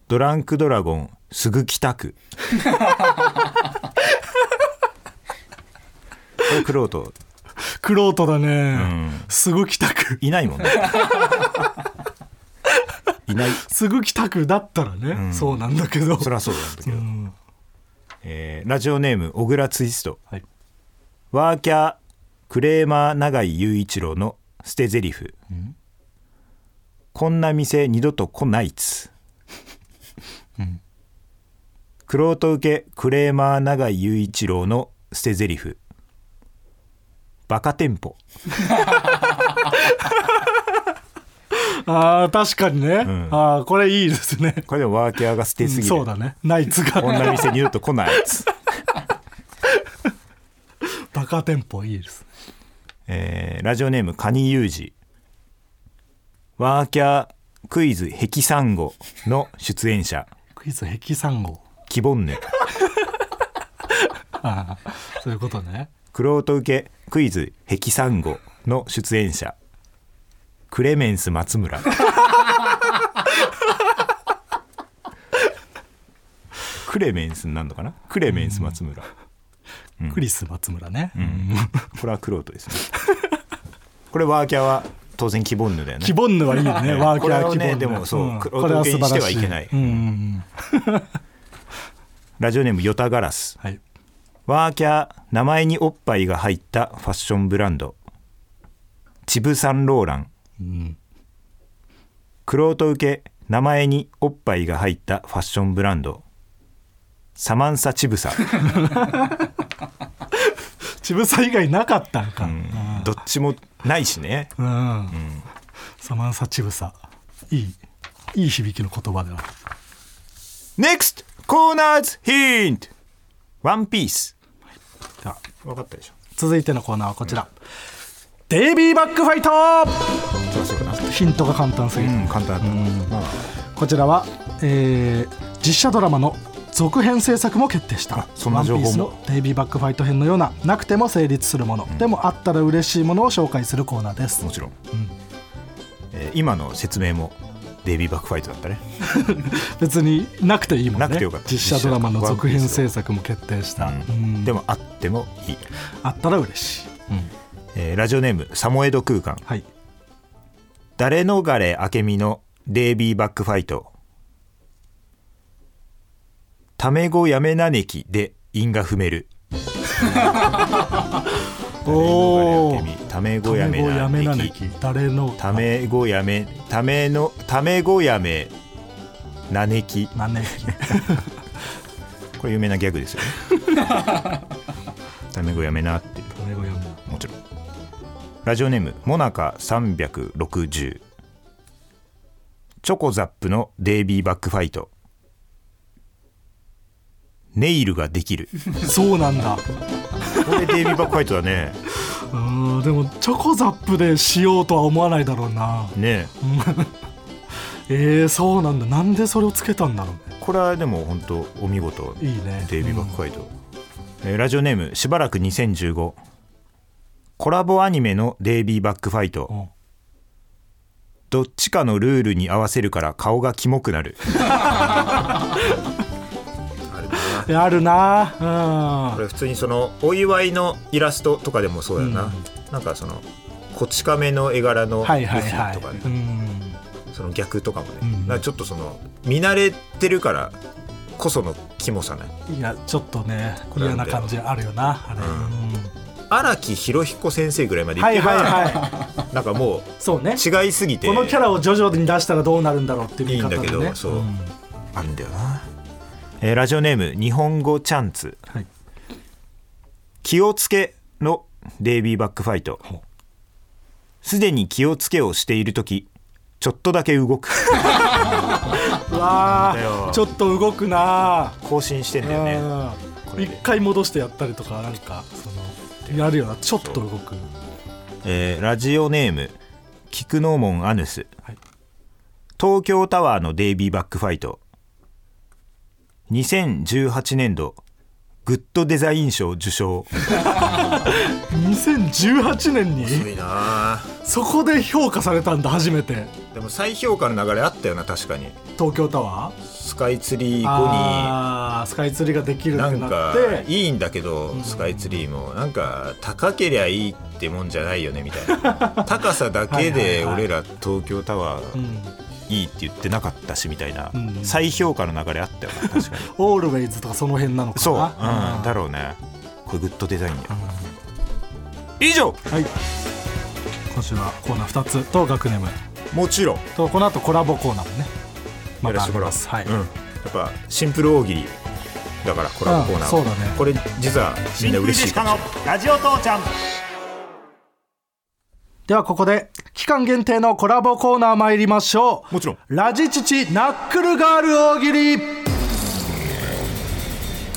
Speaker 2: ドランクドラゴンすぐ帰 宅これクロート
Speaker 3: クロートだね、
Speaker 2: ん
Speaker 3: すぐ帰宅
Speaker 2: いないもんねいない
Speaker 3: すぐ帰宅だったらね、
Speaker 2: ん
Speaker 3: そうなんだけど
Speaker 2: そりゃそうなんだけど、
Speaker 3: ん
Speaker 2: えーラジオネーム小倉ツイスト、
Speaker 3: はい
Speaker 2: ワーキャークレーマー永井雄一郎の捨て台詞、こんな店二度と来ないっつ、クロート受けクレーマー永井雄一郎の捨て台詞バカ店舗
Speaker 3: ああ確かにね、
Speaker 2: ん
Speaker 3: ああこれいいですね
Speaker 2: これでもワーキャーが捨てすぎる、
Speaker 3: そうだねナイツが
Speaker 2: こんな店二度と来ないっつ
Speaker 3: バカテンポいいですね
Speaker 2: えーラジオネームカニユージワーキャークイズ壁三号の出演者
Speaker 3: クイズ壁三号
Speaker 2: キボンヌ
Speaker 3: ああそういうことね
Speaker 2: クロート受けクイズ壁三号の出演者クレメンス松村 クレメンスになるのかなクレメンス松村
Speaker 3: クリス松村ね、
Speaker 2: これはクロートですねこれワーキャーは当然キボンヌだよね
Speaker 3: キボンヌはいいよね、ワーキャー
Speaker 2: こ
Speaker 3: キ
Speaker 2: れは
Speaker 3: ボンヌ。
Speaker 2: ねでもそうん黒時計にしてはいけない
Speaker 3: これは素晴らしうんうんうん
Speaker 2: ラジオネームヨタガラス
Speaker 3: はい。
Speaker 2: ワーキャー名前におっぱいが入ったファッションブランドチブ・サンローラン、クロート受け名前におっぱいが入ったファッションブランドサマンサ・チブ サ
Speaker 3: ちぶさ以外なかったんか。うん。
Speaker 2: どっちもないしね
Speaker 3: サマンサちぶさ。いい。いい響きの言葉だな。
Speaker 2: NEXT コーナーズヒントワンピース
Speaker 3: では
Speaker 2: 分かったでしょ
Speaker 3: 続いてのコーナーはこちら。デイビーバックファイト
Speaker 2: そうそうな
Speaker 3: ヒントが簡単すぎる。
Speaker 2: うん簡単だった、まあ
Speaker 3: こちらは、えー実写ドラマの続編制作も決定した「
Speaker 2: そんな情報も
Speaker 3: ワンピースのデイビーバックファイト編のようななくても成立するもの、でもあったら嬉しいものを紹介するコーナーです
Speaker 2: もちろん、えー今の説明もデイビーバックファイトだったね
Speaker 3: 別になくていいもんね
Speaker 2: なくてよかった
Speaker 3: 実写ドラマの
Speaker 2: 実写
Speaker 3: 続編制作も決定した、うん
Speaker 2: でもあってもいい、
Speaker 3: あったら嬉しい、
Speaker 2: えーラジオネームサモエド空間
Speaker 3: はい
Speaker 2: 誰のがれ明美のデイビーバックファイトタメ語やめなねきで因が踏め る
Speaker 3: おお
Speaker 2: 誰のがれ明美タメ
Speaker 3: タ
Speaker 2: 語やめ
Speaker 3: メ語やめな
Speaker 2: な
Speaker 3: ね
Speaker 2: ね
Speaker 3: き
Speaker 2: き
Speaker 3: 誰の
Speaker 2: タメ語やめタメのタメ語やめなねき
Speaker 3: なねき
Speaker 2: これ有名なギャグですよね タメ語やめなっていう
Speaker 3: タメ語やめな
Speaker 2: もちろんラジオネームモナカ360チョコザップのデイビーバックファイトネイルができる
Speaker 3: そうなんだ
Speaker 2: これデイビーバックファイトだ ね
Speaker 3: うーんでもチョコザップでしようとは思わないだろうな
Speaker 2: ね
Speaker 3: えー、そうなんだなんでそれをつけたんだろ
Speaker 2: これはでも本当お見事
Speaker 3: ういいね
Speaker 2: デイビーバックファイト、えーラジオネームしばらく2015コラボアニメのデイビーバックファイト、
Speaker 3: ん
Speaker 2: どっちかのルールに合わせるから顔がキモくな る
Speaker 3: うんあるな
Speaker 2: これ普通にそのお祝いのイラストとかでもそうやな、なんかそのこち亀の絵柄のル
Speaker 3: うん
Speaker 2: フ
Speaker 3: はいはい
Speaker 2: ィ
Speaker 3: はい
Speaker 2: とかね
Speaker 3: うん
Speaker 2: その逆とかもね、
Speaker 3: うん
Speaker 2: なんかちょっとその見慣れてるからこそのキモさね
Speaker 3: いやちょっとね
Speaker 2: れ
Speaker 3: 嫌な感じあるよなあれ、うん
Speaker 2: 荒木博彦先生ぐらいまで行
Speaker 3: は
Speaker 2: って
Speaker 3: いはい
Speaker 2: ば
Speaker 3: は
Speaker 2: なんかも
Speaker 3: いそうね
Speaker 2: う違いすぎて
Speaker 3: このキャラを徐々に出したらどうなるんだろうっていう見方で、ね、
Speaker 2: いいんだけどそうんあるんだよな、えーラジオネーム日本語チャンツ、
Speaker 3: はい
Speaker 2: 気をつけのデイビーバックファイト
Speaker 3: ほ
Speaker 2: すでに気をつけをしている時ちょっとだけ動 く
Speaker 3: うわ
Speaker 2: だよ
Speaker 3: あちょっと動くな
Speaker 2: 更新してんだよね
Speaker 3: あ、
Speaker 2: こ
Speaker 3: うん
Speaker 2: れ
Speaker 3: 一
Speaker 2: で
Speaker 3: 回戻してやったりとかなんかそのやるよなちょっと動く
Speaker 2: えーラジオネーム菊ノ門アヌス、
Speaker 3: はい
Speaker 2: 東京タワーのデイビーバックファイト2018年度グッドデザイン賞受 賞
Speaker 3: 2018年に
Speaker 2: いな
Speaker 3: そこで評価されたんだ初めて
Speaker 2: でも再評価の流れあったよな確かに
Speaker 3: 東京タワー
Speaker 2: スカイツリー
Speaker 3: あースカイツリーができる
Speaker 2: 後に
Speaker 3: っ
Speaker 2: なん
Speaker 3: てな
Speaker 2: か
Speaker 3: って
Speaker 2: いいんだけどスカイツリーもなんか高けりゃいいってもんじゃないよねみたい な高さだけで俺ら東京タワ
Speaker 3: う
Speaker 2: ー
Speaker 3: ん
Speaker 2: いいって言ってなかったしみたいな
Speaker 3: うん
Speaker 2: 再評価の流れあったよな確か に
Speaker 3: オールウェイズとかその辺なのかな
Speaker 2: そう、うん、
Speaker 3: あー
Speaker 2: だろうねこれグッドデザインだよ以上
Speaker 3: はい今週はコーナー2つと学年ム
Speaker 2: もちろん
Speaker 3: とこの後コラボコーナーもねまたあります
Speaker 2: や
Speaker 3: は
Speaker 2: ら
Speaker 3: い、
Speaker 2: せてもらおううん、やっぱシンプル大喜利だからコラボコーナーは、
Speaker 3: うんそうだね
Speaker 2: これ実はみんな嬉しいかもしれない
Speaker 3: ではここで期間限定のコラボコーナー参りましょう
Speaker 2: もちろん
Speaker 3: ラジチチナックルガール大喜利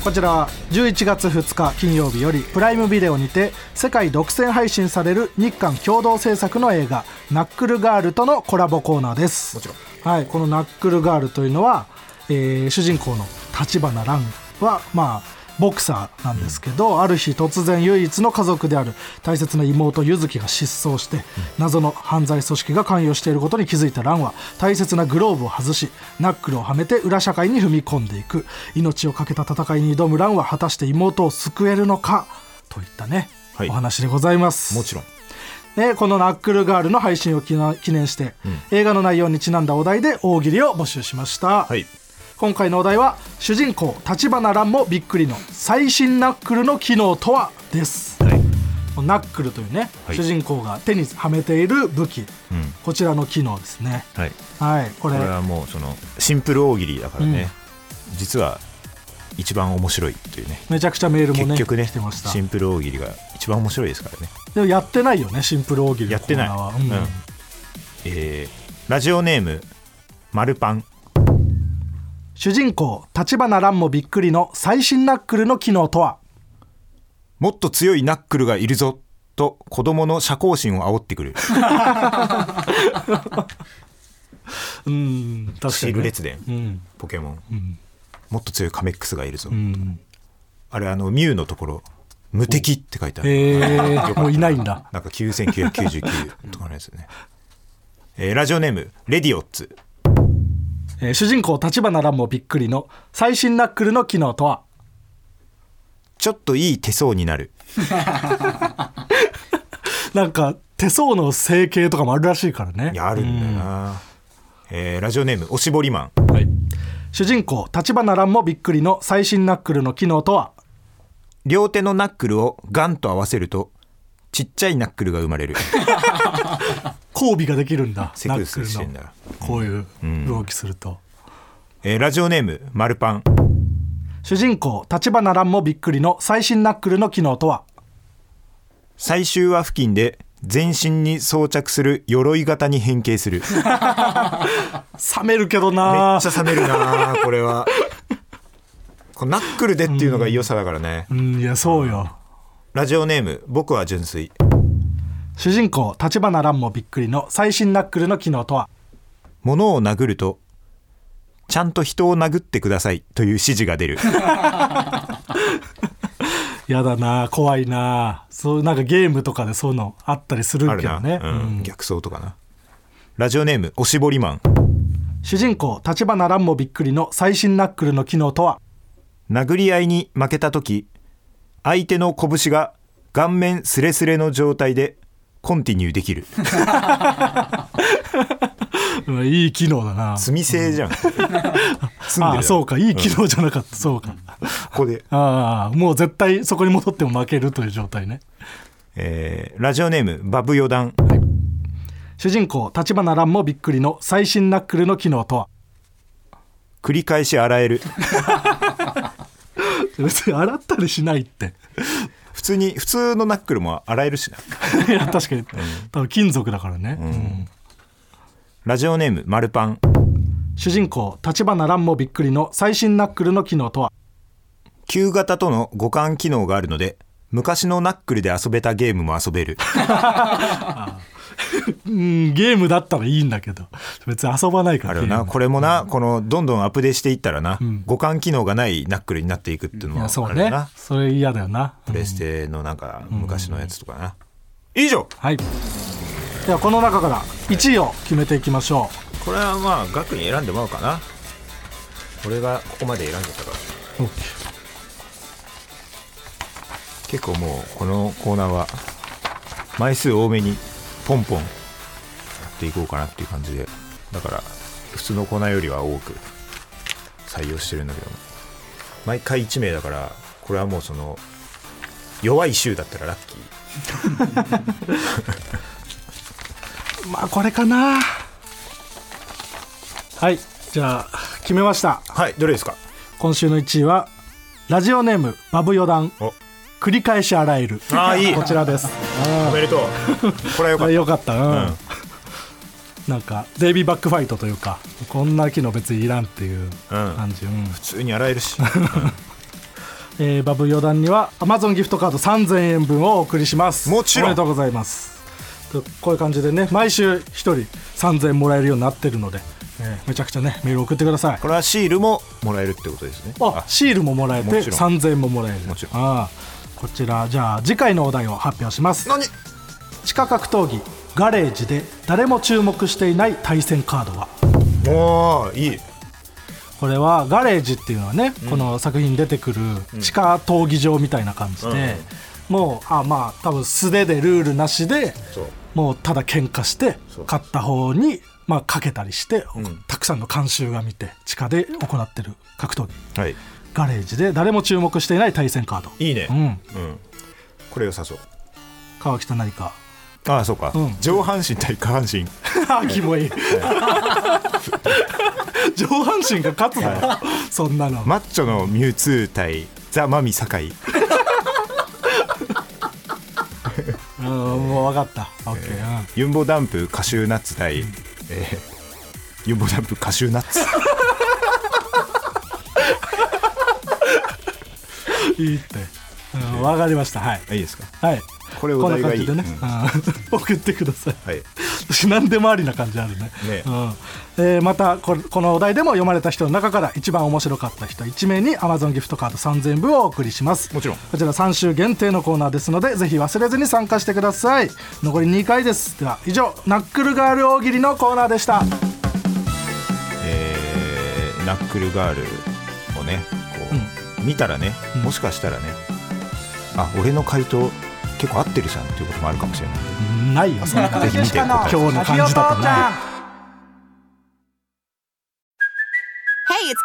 Speaker 3: こちらは11月2日金曜日よりプライムビデオにて世界独占配信される日韓共同制作の映画「ナックルガール」とのコラボコーナーです
Speaker 2: もちろん
Speaker 3: はい、このナックルガールというのは、えー主人公の立花蘭は、まあ、ボクサーなんですけど、ある日突然唯一の家族である大切な妹柚月が失踪して、謎の犯罪組織が関与していることに気づいた蘭は大切なグローブを外しナックルをはめて裏社会に踏み込んでいく命を懸けた戦いに挑む蘭は果たして妹を救えるのかといったね、
Speaker 2: はい
Speaker 3: お話でございます。
Speaker 2: もちろん
Speaker 3: ね、このナックルガールの配信を記な記念して、映画の内容にちなんだお題で大喜利を募集しました、
Speaker 2: はい
Speaker 3: 今回のお題は主人公橘蘭もびっくりの最新ナックルの機能とはです、ナックルというね、
Speaker 2: はい
Speaker 3: 主人公が手にはめている武器、こちらの機能ですね
Speaker 2: はい
Speaker 3: はいこれ
Speaker 2: これはもうそのシンプル大喜利だからね、実は一番面白いというね
Speaker 3: めちゃくちゃメールもね
Speaker 2: 結局ね
Speaker 3: 来てました
Speaker 2: シンプル大喜利が一番面白いですからね
Speaker 3: でもやってないよねシンプル大喜利
Speaker 2: や
Speaker 3: の
Speaker 2: ってない、
Speaker 3: コーナーは
Speaker 2: うん
Speaker 3: うん
Speaker 2: えーラジオネームマルパン
Speaker 3: 主人公橘蘭もびっくりの最新ナックルの機能とは
Speaker 2: もっと強いナックルがいるぞと子供の社交心を煽ってく る
Speaker 3: うん確かにね
Speaker 2: シール列伝、
Speaker 3: うん
Speaker 2: ポケモン、もっと強いカメックスがいるぞ、
Speaker 3: うん
Speaker 2: あれあのミュウのところ「無敵」って書いてある、
Speaker 3: えー、もういないんだ。
Speaker 2: なんか9999とかのやつね、えーラジオネームレディオッツ
Speaker 3: えー主人公、立花蘭もびっくりの最新ナックルの機能とは
Speaker 2: ちょっといい手相になる
Speaker 3: なんか、手相の整形とかもあるらしいからね
Speaker 2: い。やあるんだよな、えーラジオネームおしぼりマン
Speaker 3: 主人公、立花蘭もびっくりの最新ナックルの機能とは
Speaker 2: 両手のナックルをガンと合わせるとちっちゃいナックルが生まれ る
Speaker 3: 交尾ができるんだ。
Speaker 2: セックスしてん
Speaker 3: ナッ
Speaker 2: だ、
Speaker 3: クルのこういう動きすると。
Speaker 2: えーラジオネームマルパン
Speaker 3: 主人公、立花蘭もびっくりの最新ナックルの機能とは
Speaker 2: 最終話付近で全身に装着する鎧型に変形す るめっち
Speaker 3: 冷めるけどな
Speaker 2: ゃ冷めるなこれ はこのナックルでっていうのが良さだからね、
Speaker 3: うん、いや、そうよ。
Speaker 2: ラジオネーム僕は純粋
Speaker 3: 主人公、立花蘭もびっくりの最新ナックルの機能とは
Speaker 2: 物を殴るとちゃんと人を殴ってくださいという指示が出る
Speaker 3: やだな怖いなそうなんかゲームとかでそういうのあったりする
Speaker 2: ある
Speaker 3: け
Speaker 2: な、
Speaker 3: どね、
Speaker 2: うん
Speaker 3: うん
Speaker 2: 逆走とかなラジオネームおしぼりマン
Speaker 3: 主人公立花蘭もびっくりの最新ナックルの機能とは
Speaker 2: 殴り合いに負けた時相手の拳が顔面スレスレの状態でコンティニューできる
Speaker 3: うんいい機能だな
Speaker 2: 罪性じゃん住んでるだ
Speaker 3: あ
Speaker 2: ろ
Speaker 3: あそうかいい機能じゃなかった、そうか
Speaker 2: ここで、
Speaker 3: ああもう絶対そこに戻っても負けるという状態ね
Speaker 2: えーラジオネームバブ四段
Speaker 3: 主人公立花蘭もびっくりの最新ナックルの機能とは
Speaker 2: 繰り返し洗える
Speaker 3: 別に洗ったりしないって
Speaker 2: 普通に普通のナックルも洗えるしない
Speaker 3: や確かに、多分金属だからね、
Speaker 2: ラジオネーム丸パン
Speaker 3: 主人公立花蘭もびっくりの最新ナックルの機能とは
Speaker 2: 旧型との互換機能があるので昔のナックルで遊べたゲームも遊べる
Speaker 3: うんゲームだったらいいんだけど別に遊ばないか
Speaker 2: あ
Speaker 3: ら
Speaker 2: るよな
Speaker 3: ゲーム
Speaker 2: これもなこのどんどんアップデートしていったらな、互換機能がないナックルになっていくっていうの
Speaker 3: い
Speaker 2: は
Speaker 3: やそ
Speaker 2: あ
Speaker 3: う
Speaker 2: るよ
Speaker 3: ね
Speaker 2: な、
Speaker 3: それ嫌だよな、
Speaker 2: プレステのなんか昔のやつとかな、以上
Speaker 3: はいではこの中から1位を決めていきましょ
Speaker 2: これはまあ額に選んでもらおうかな俺がここまで選んでたから
Speaker 3: う
Speaker 2: 結構もうこのコーナーは枚数多めにポンポンやっていこうかなっていう感じでだから普通のコーナーよりは多く採用してるんだけども毎回1名だからこれはもうその弱い週だったらラッキー
Speaker 3: まあこれかなはいじゃあ決めました
Speaker 2: はいどれですか
Speaker 3: 今週の1位はラジオネームバブ四段
Speaker 2: お
Speaker 3: 繰り返し洗える
Speaker 2: あーいい
Speaker 3: こちらです
Speaker 2: おめでとうこれはよか
Speaker 3: あ
Speaker 2: っ
Speaker 3: よかったうん、
Speaker 2: うん
Speaker 3: なんかデイビーバックファイトというかこんな機能別にいらんっていう
Speaker 2: うん
Speaker 3: 感じ、うん
Speaker 2: た普通に洗えるし
Speaker 3: えーバブ四段には Amazon ギフトカード3000円分をお送りします
Speaker 2: もちろん
Speaker 3: おめでとうございますとこういう感じでね毎週1人3000円もらえるようになってるので、えーめちゃくちゃねメール送ってください
Speaker 2: これはシールももらえるってことですね
Speaker 3: あシールももらえて
Speaker 2: もちろん
Speaker 3: 3000円ももらえる
Speaker 2: もちろん
Speaker 3: ああこちらじゃあ次回のお題を発表します地下格闘技ガレージで誰も注目していない対戦カードは
Speaker 2: おーいい
Speaker 3: これはガレージっていうのはね、この作品に出てくる地下闘技場みたいな感じで、もうあまあ多分素手でルールなしで
Speaker 2: そう
Speaker 3: もうただ喧嘩して
Speaker 2: そう
Speaker 3: 勝った方に、まあ、かけたりして、たくさんの観衆が見て地下で行ってる格闘技
Speaker 2: はい
Speaker 3: ガレージで誰も注目していない対戦カード
Speaker 2: いいね
Speaker 3: うん
Speaker 2: うん、これ良さそう
Speaker 3: 川北何 か
Speaker 2: ああそうか、
Speaker 3: うん
Speaker 2: 上半身対 下半身
Speaker 3: あキモい上半身が勝つだろそんなの
Speaker 2: マッチョのミュウツー対ザ・マミ酒井
Speaker 3: うんもう分かった OK うん
Speaker 2: ユンボダンプカシューナッツ対、えーユンボダンプカシューナッツ
Speaker 3: いいって、うん、分かりましたはい、
Speaker 2: いいですか
Speaker 3: はい、
Speaker 2: これお
Speaker 3: こんな
Speaker 2: 題が
Speaker 3: 感
Speaker 2: い
Speaker 3: じ
Speaker 2: い、
Speaker 3: でね、
Speaker 2: うん
Speaker 3: うん 送ってください
Speaker 2: はい、
Speaker 3: 私何でもありな感じあるね
Speaker 2: ね
Speaker 3: うんえーまたここのお題でも読まれた人の中から一番面白かった人1名に Amazon ギフトカード3000円分をお送りします
Speaker 2: もちろん
Speaker 3: こちら3週限定のコーナーですのでぜひ忘れずに参加してください残り2回ですでは以上ナックルガール大喜利のコーナーでした
Speaker 2: えーナックルガールをねこう、見たらねもしかしたらね、あ俺の回答結構合ってるじゃんっていうこともあるかもしれない
Speaker 3: ないよそんな
Speaker 2: ぜひ見て答えて
Speaker 3: 今日の感じだったらない
Speaker 6: Hey, it's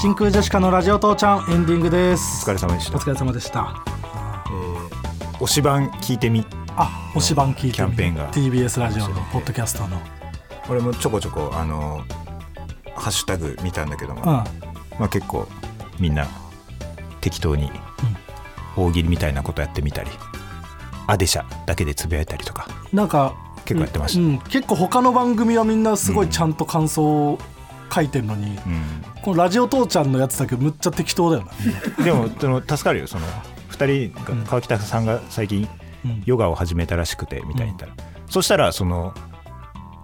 Speaker 3: 真空ジェシカのラジオ父ちゃんエンディングです
Speaker 2: お疲れ様でした
Speaker 3: お疲れ様でした
Speaker 2: 推し版聞いてみ
Speaker 3: あ、推し版聞いてみる
Speaker 2: キャンペーンが
Speaker 3: TBS ラジオのポッドキャストの
Speaker 2: 俺もちょこちょこあのハッシュタグ見たんだけども、
Speaker 3: うん
Speaker 2: まあ、結構みんな適当に大喜利みたいなことやってみたり、アデシャだけでつぶやいたりとか
Speaker 3: なんか
Speaker 2: 結構やってました
Speaker 3: うん、結構他の番組はみんなすごいちゃんと感想を書いてるのに、このラジオ父ちゃんのやつだけむっちゃ適当だよな
Speaker 2: でもその助かるよその2人が川北さんが最近
Speaker 3: ん
Speaker 2: ヨガを始めたらしくてみたいに言ったら、そしたらその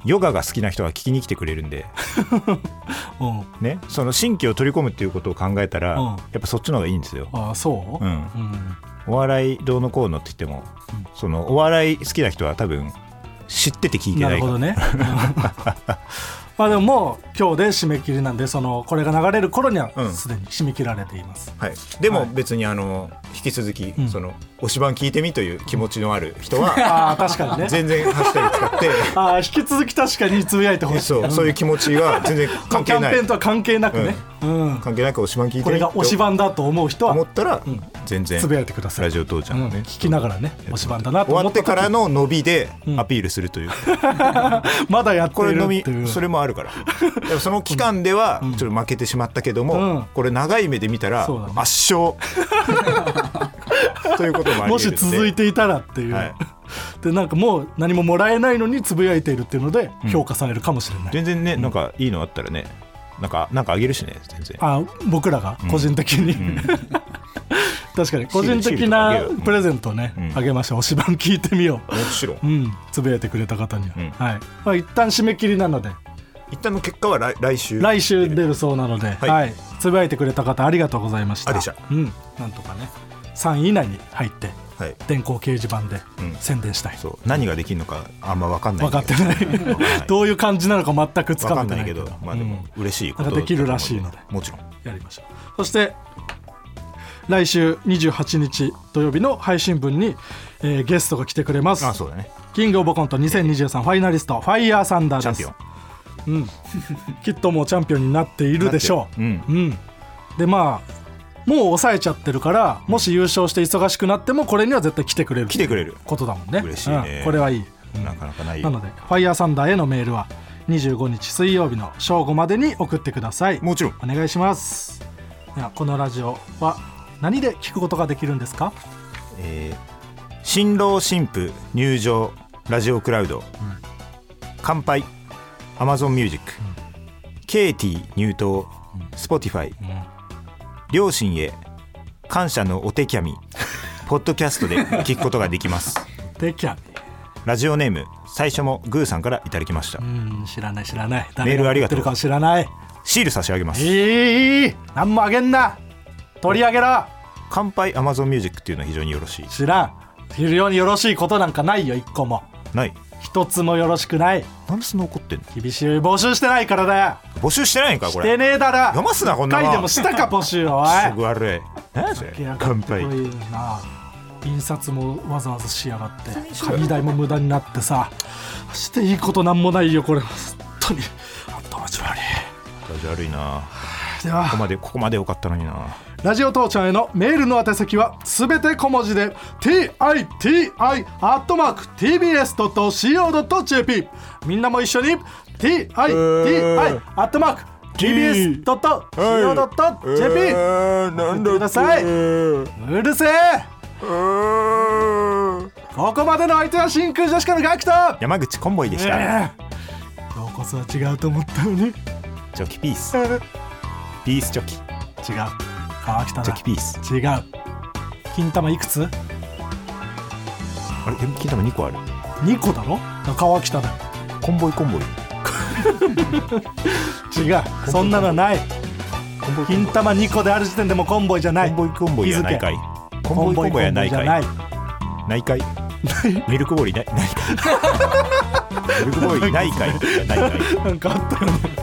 Speaker 2: ヨガが好きな人が聞きに来てくれる んで、
Speaker 3: うん
Speaker 2: ね、その新規を取り込むっていうことを考えたら、
Speaker 3: うん
Speaker 2: やっぱそっちの方がいいんですよ。
Speaker 3: ああそう
Speaker 2: う
Speaker 3: うんん
Speaker 2: お笑いどうのこうのって言っても、そのお笑い好きな人は多分知ってて聞いて
Speaker 3: な
Speaker 2: な
Speaker 3: る
Speaker 2: い
Speaker 3: ほ
Speaker 2: から
Speaker 3: どね まあでももう今日で締め切りなんでそのこれが流れる頃には
Speaker 2: うん
Speaker 3: すでに締め切られています、
Speaker 2: はい、でも
Speaker 3: はい
Speaker 2: 別にあの引き続き、
Speaker 3: ん
Speaker 2: その推し版聞いてみという気持ちのある人
Speaker 3: あ
Speaker 2: は
Speaker 3: あ確かにね
Speaker 2: 全然ハッシュタグ使って
Speaker 3: ああ引き続き確かにつぶやいて ほしい
Speaker 2: そうそういう気持ちは全然関係ない
Speaker 3: キャンペーンとは関係なくね、うん
Speaker 2: 関係なく推し版聞いて
Speaker 3: これが推し版だと思う
Speaker 2: と
Speaker 3: 人
Speaker 2: 思
Speaker 3: は
Speaker 2: ったら、全然
Speaker 3: つぶやいてください
Speaker 2: ラジオ父ちゃんのね、
Speaker 3: うん聞きながらね推し版だなと
Speaker 2: 終わ
Speaker 3: 思
Speaker 2: っ
Speaker 3: った
Speaker 2: て
Speaker 3: 時
Speaker 2: からの伸びでアピールするという、
Speaker 3: まだやって
Speaker 2: これ
Speaker 3: る
Speaker 2: の
Speaker 3: っ
Speaker 2: み
Speaker 3: ていう
Speaker 2: それもあるからでもその期間ではちょっと負けてしまったけども、
Speaker 3: うん
Speaker 2: これ長い目で見たら
Speaker 3: そうだね
Speaker 2: 圧 勝ということもあり
Speaker 3: も
Speaker 2: 得る
Speaker 3: し
Speaker 2: んで
Speaker 3: 続いていたらっていう、
Speaker 2: はい
Speaker 3: でなんかもう何ももらえないのにつぶやいているっていうので評価されるかもしれない、
Speaker 2: 全然ねなんかいいのあったらねなんかなんかあげるしね全然
Speaker 3: あ僕らが個人的に、 確かに個人的なプレゼントをね
Speaker 2: うん
Speaker 3: あげましょう推し版聞いてみよ
Speaker 2: もちろん
Speaker 3: う、うん、つぶやいてくれた方には、
Speaker 2: うん
Speaker 3: はいまあ、一旦締め切りなので
Speaker 2: 一旦の結果は来来週
Speaker 3: 来週出るそうなので、はい
Speaker 2: い
Speaker 3: つぶやいてくれた方ありがとうございました
Speaker 2: ありがとうご
Speaker 3: うん、なんとかね3位以内に入って
Speaker 2: はい
Speaker 3: 電光掲示板で
Speaker 2: うん
Speaker 3: 宣伝したい、
Speaker 2: そう何ができるのかあんま分かんない
Speaker 3: 分かってない
Speaker 2: 分かんない
Speaker 3: どういう感じなのか全くつ
Speaker 2: わ
Speaker 3: か
Speaker 2: か
Speaker 3: め
Speaker 2: ん
Speaker 3: て
Speaker 2: な
Speaker 3: ないい
Speaker 2: け
Speaker 3: けど
Speaker 2: どまあでも嬉しいこと
Speaker 3: なんかできるらしいので
Speaker 2: だと思うんもちろん
Speaker 3: やりましょうそして来週28日土曜日の配信分に、えーゲストが来てくれます
Speaker 2: あそうだね
Speaker 3: キングオブコント2023ファイナリストファイヤーサンダーです
Speaker 2: チャンピオン
Speaker 3: きっともうチャンピオンになっているでしょう、
Speaker 2: うん
Speaker 3: うんでまあもう抑えちゃってるからもし優勝して忙しくなってもこれには絶対来てくれる
Speaker 2: 来てくれる
Speaker 3: ことだもんね
Speaker 2: 嬉しいね
Speaker 3: うんこれはいい
Speaker 2: なかなかない
Speaker 3: なのでファイヤーサンダーへのメールは25日水曜日の正午までに送ってください
Speaker 2: もちろん
Speaker 3: お願いしますではこのラジオは何で聞くことができるんですか
Speaker 2: えー新郎新婦入場ラジオクラウド、乾杯アマゾンミュージック、ケイティ入党、スポティファイ、両親へ感謝のお手キャミポッドキャストで聞くことができます
Speaker 3: できゃ
Speaker 2: ラジオネーム最初もグーさんからいただきました、
Speaker 3: うん知らない知らない
Speaker 2: メールありがとう
Speaker 3: 誰送ってるか知らない
Speaker 2: シール差し上げま
Speaker 3: い
Speaker 2: す、
Speaker 3: いいいいい何もあげんな取り上げろ
Speaker 2: 乾杯アマゾンミュージックっていうのは非常によろしい
Speaker 3: 知らん非常によろしいことなんかないよ一個も
Speaker 2: ない
Speaker 3: 一つもよろしくない
Speaker 2: なんでそんな怒ってんの
Speaker 3: 厳しい募集してないからだよ
Speaker 2: 募集してないんかこ
Speaker 3: し
Speaker 2: れ
Speaker 3: てねえだろ
Speaker 2: 読ますなこんな
Speaker 3: 一
Speaker 2: の
Speaker 3: 回でもしたか募集をおい
Speaker 2: すぐ悪い何やそれ乾杯
Speaker 3: こういうな印刷もわざわざしやがって紙代も無駄になってさしていいことなんもないよこれ本当に本当マジ悪い
Speaker 2: ラジオ悪いな
Speaker 3: で
Speaker 2: ここ
Speaker 3: は
Speaker 2: までここまで良かったのにな
Speaker 3: ラジオ父ちゃんへのメールの宛先はすべて小文字で TITI.tbs.co.jp みんなも一緒に TITI.tbs.co.jp
Speaker 2: なん
Speaker 3: だってくださいううるせえここまでの相手は真空ジェシカのガクト
Speaker 2: 山口コンボイでした、
Speaker 3: どうこそは違うと思ったのに違う
Speaker 2: ジョキピースピースジョキ
Speaker 3: 川北
Speaker 2: ジ
Speaker 3: だ
Speaker 2: ョキピース
Speaker 3: 違う金玉いくつ
Speaker 2: あれでも金玉2個ある
Speaker 3: ?2 個だろ川北だ
Speaker 2: コンボイコンボイ
Speaker 3: 違うそんなのはない
Speaker 2: コンボイコン
Speaker 3: 金玉2個である時点でもうコンボイじゃない
Speaker 2: ボイコンボイやないかいコンボイコンボイやないかい
Speaker 3: ない
Speaker 2: ないかいミ ルクボーイないないかいミルクボーイないかいやないかい
Speaker 3: なんかあったよね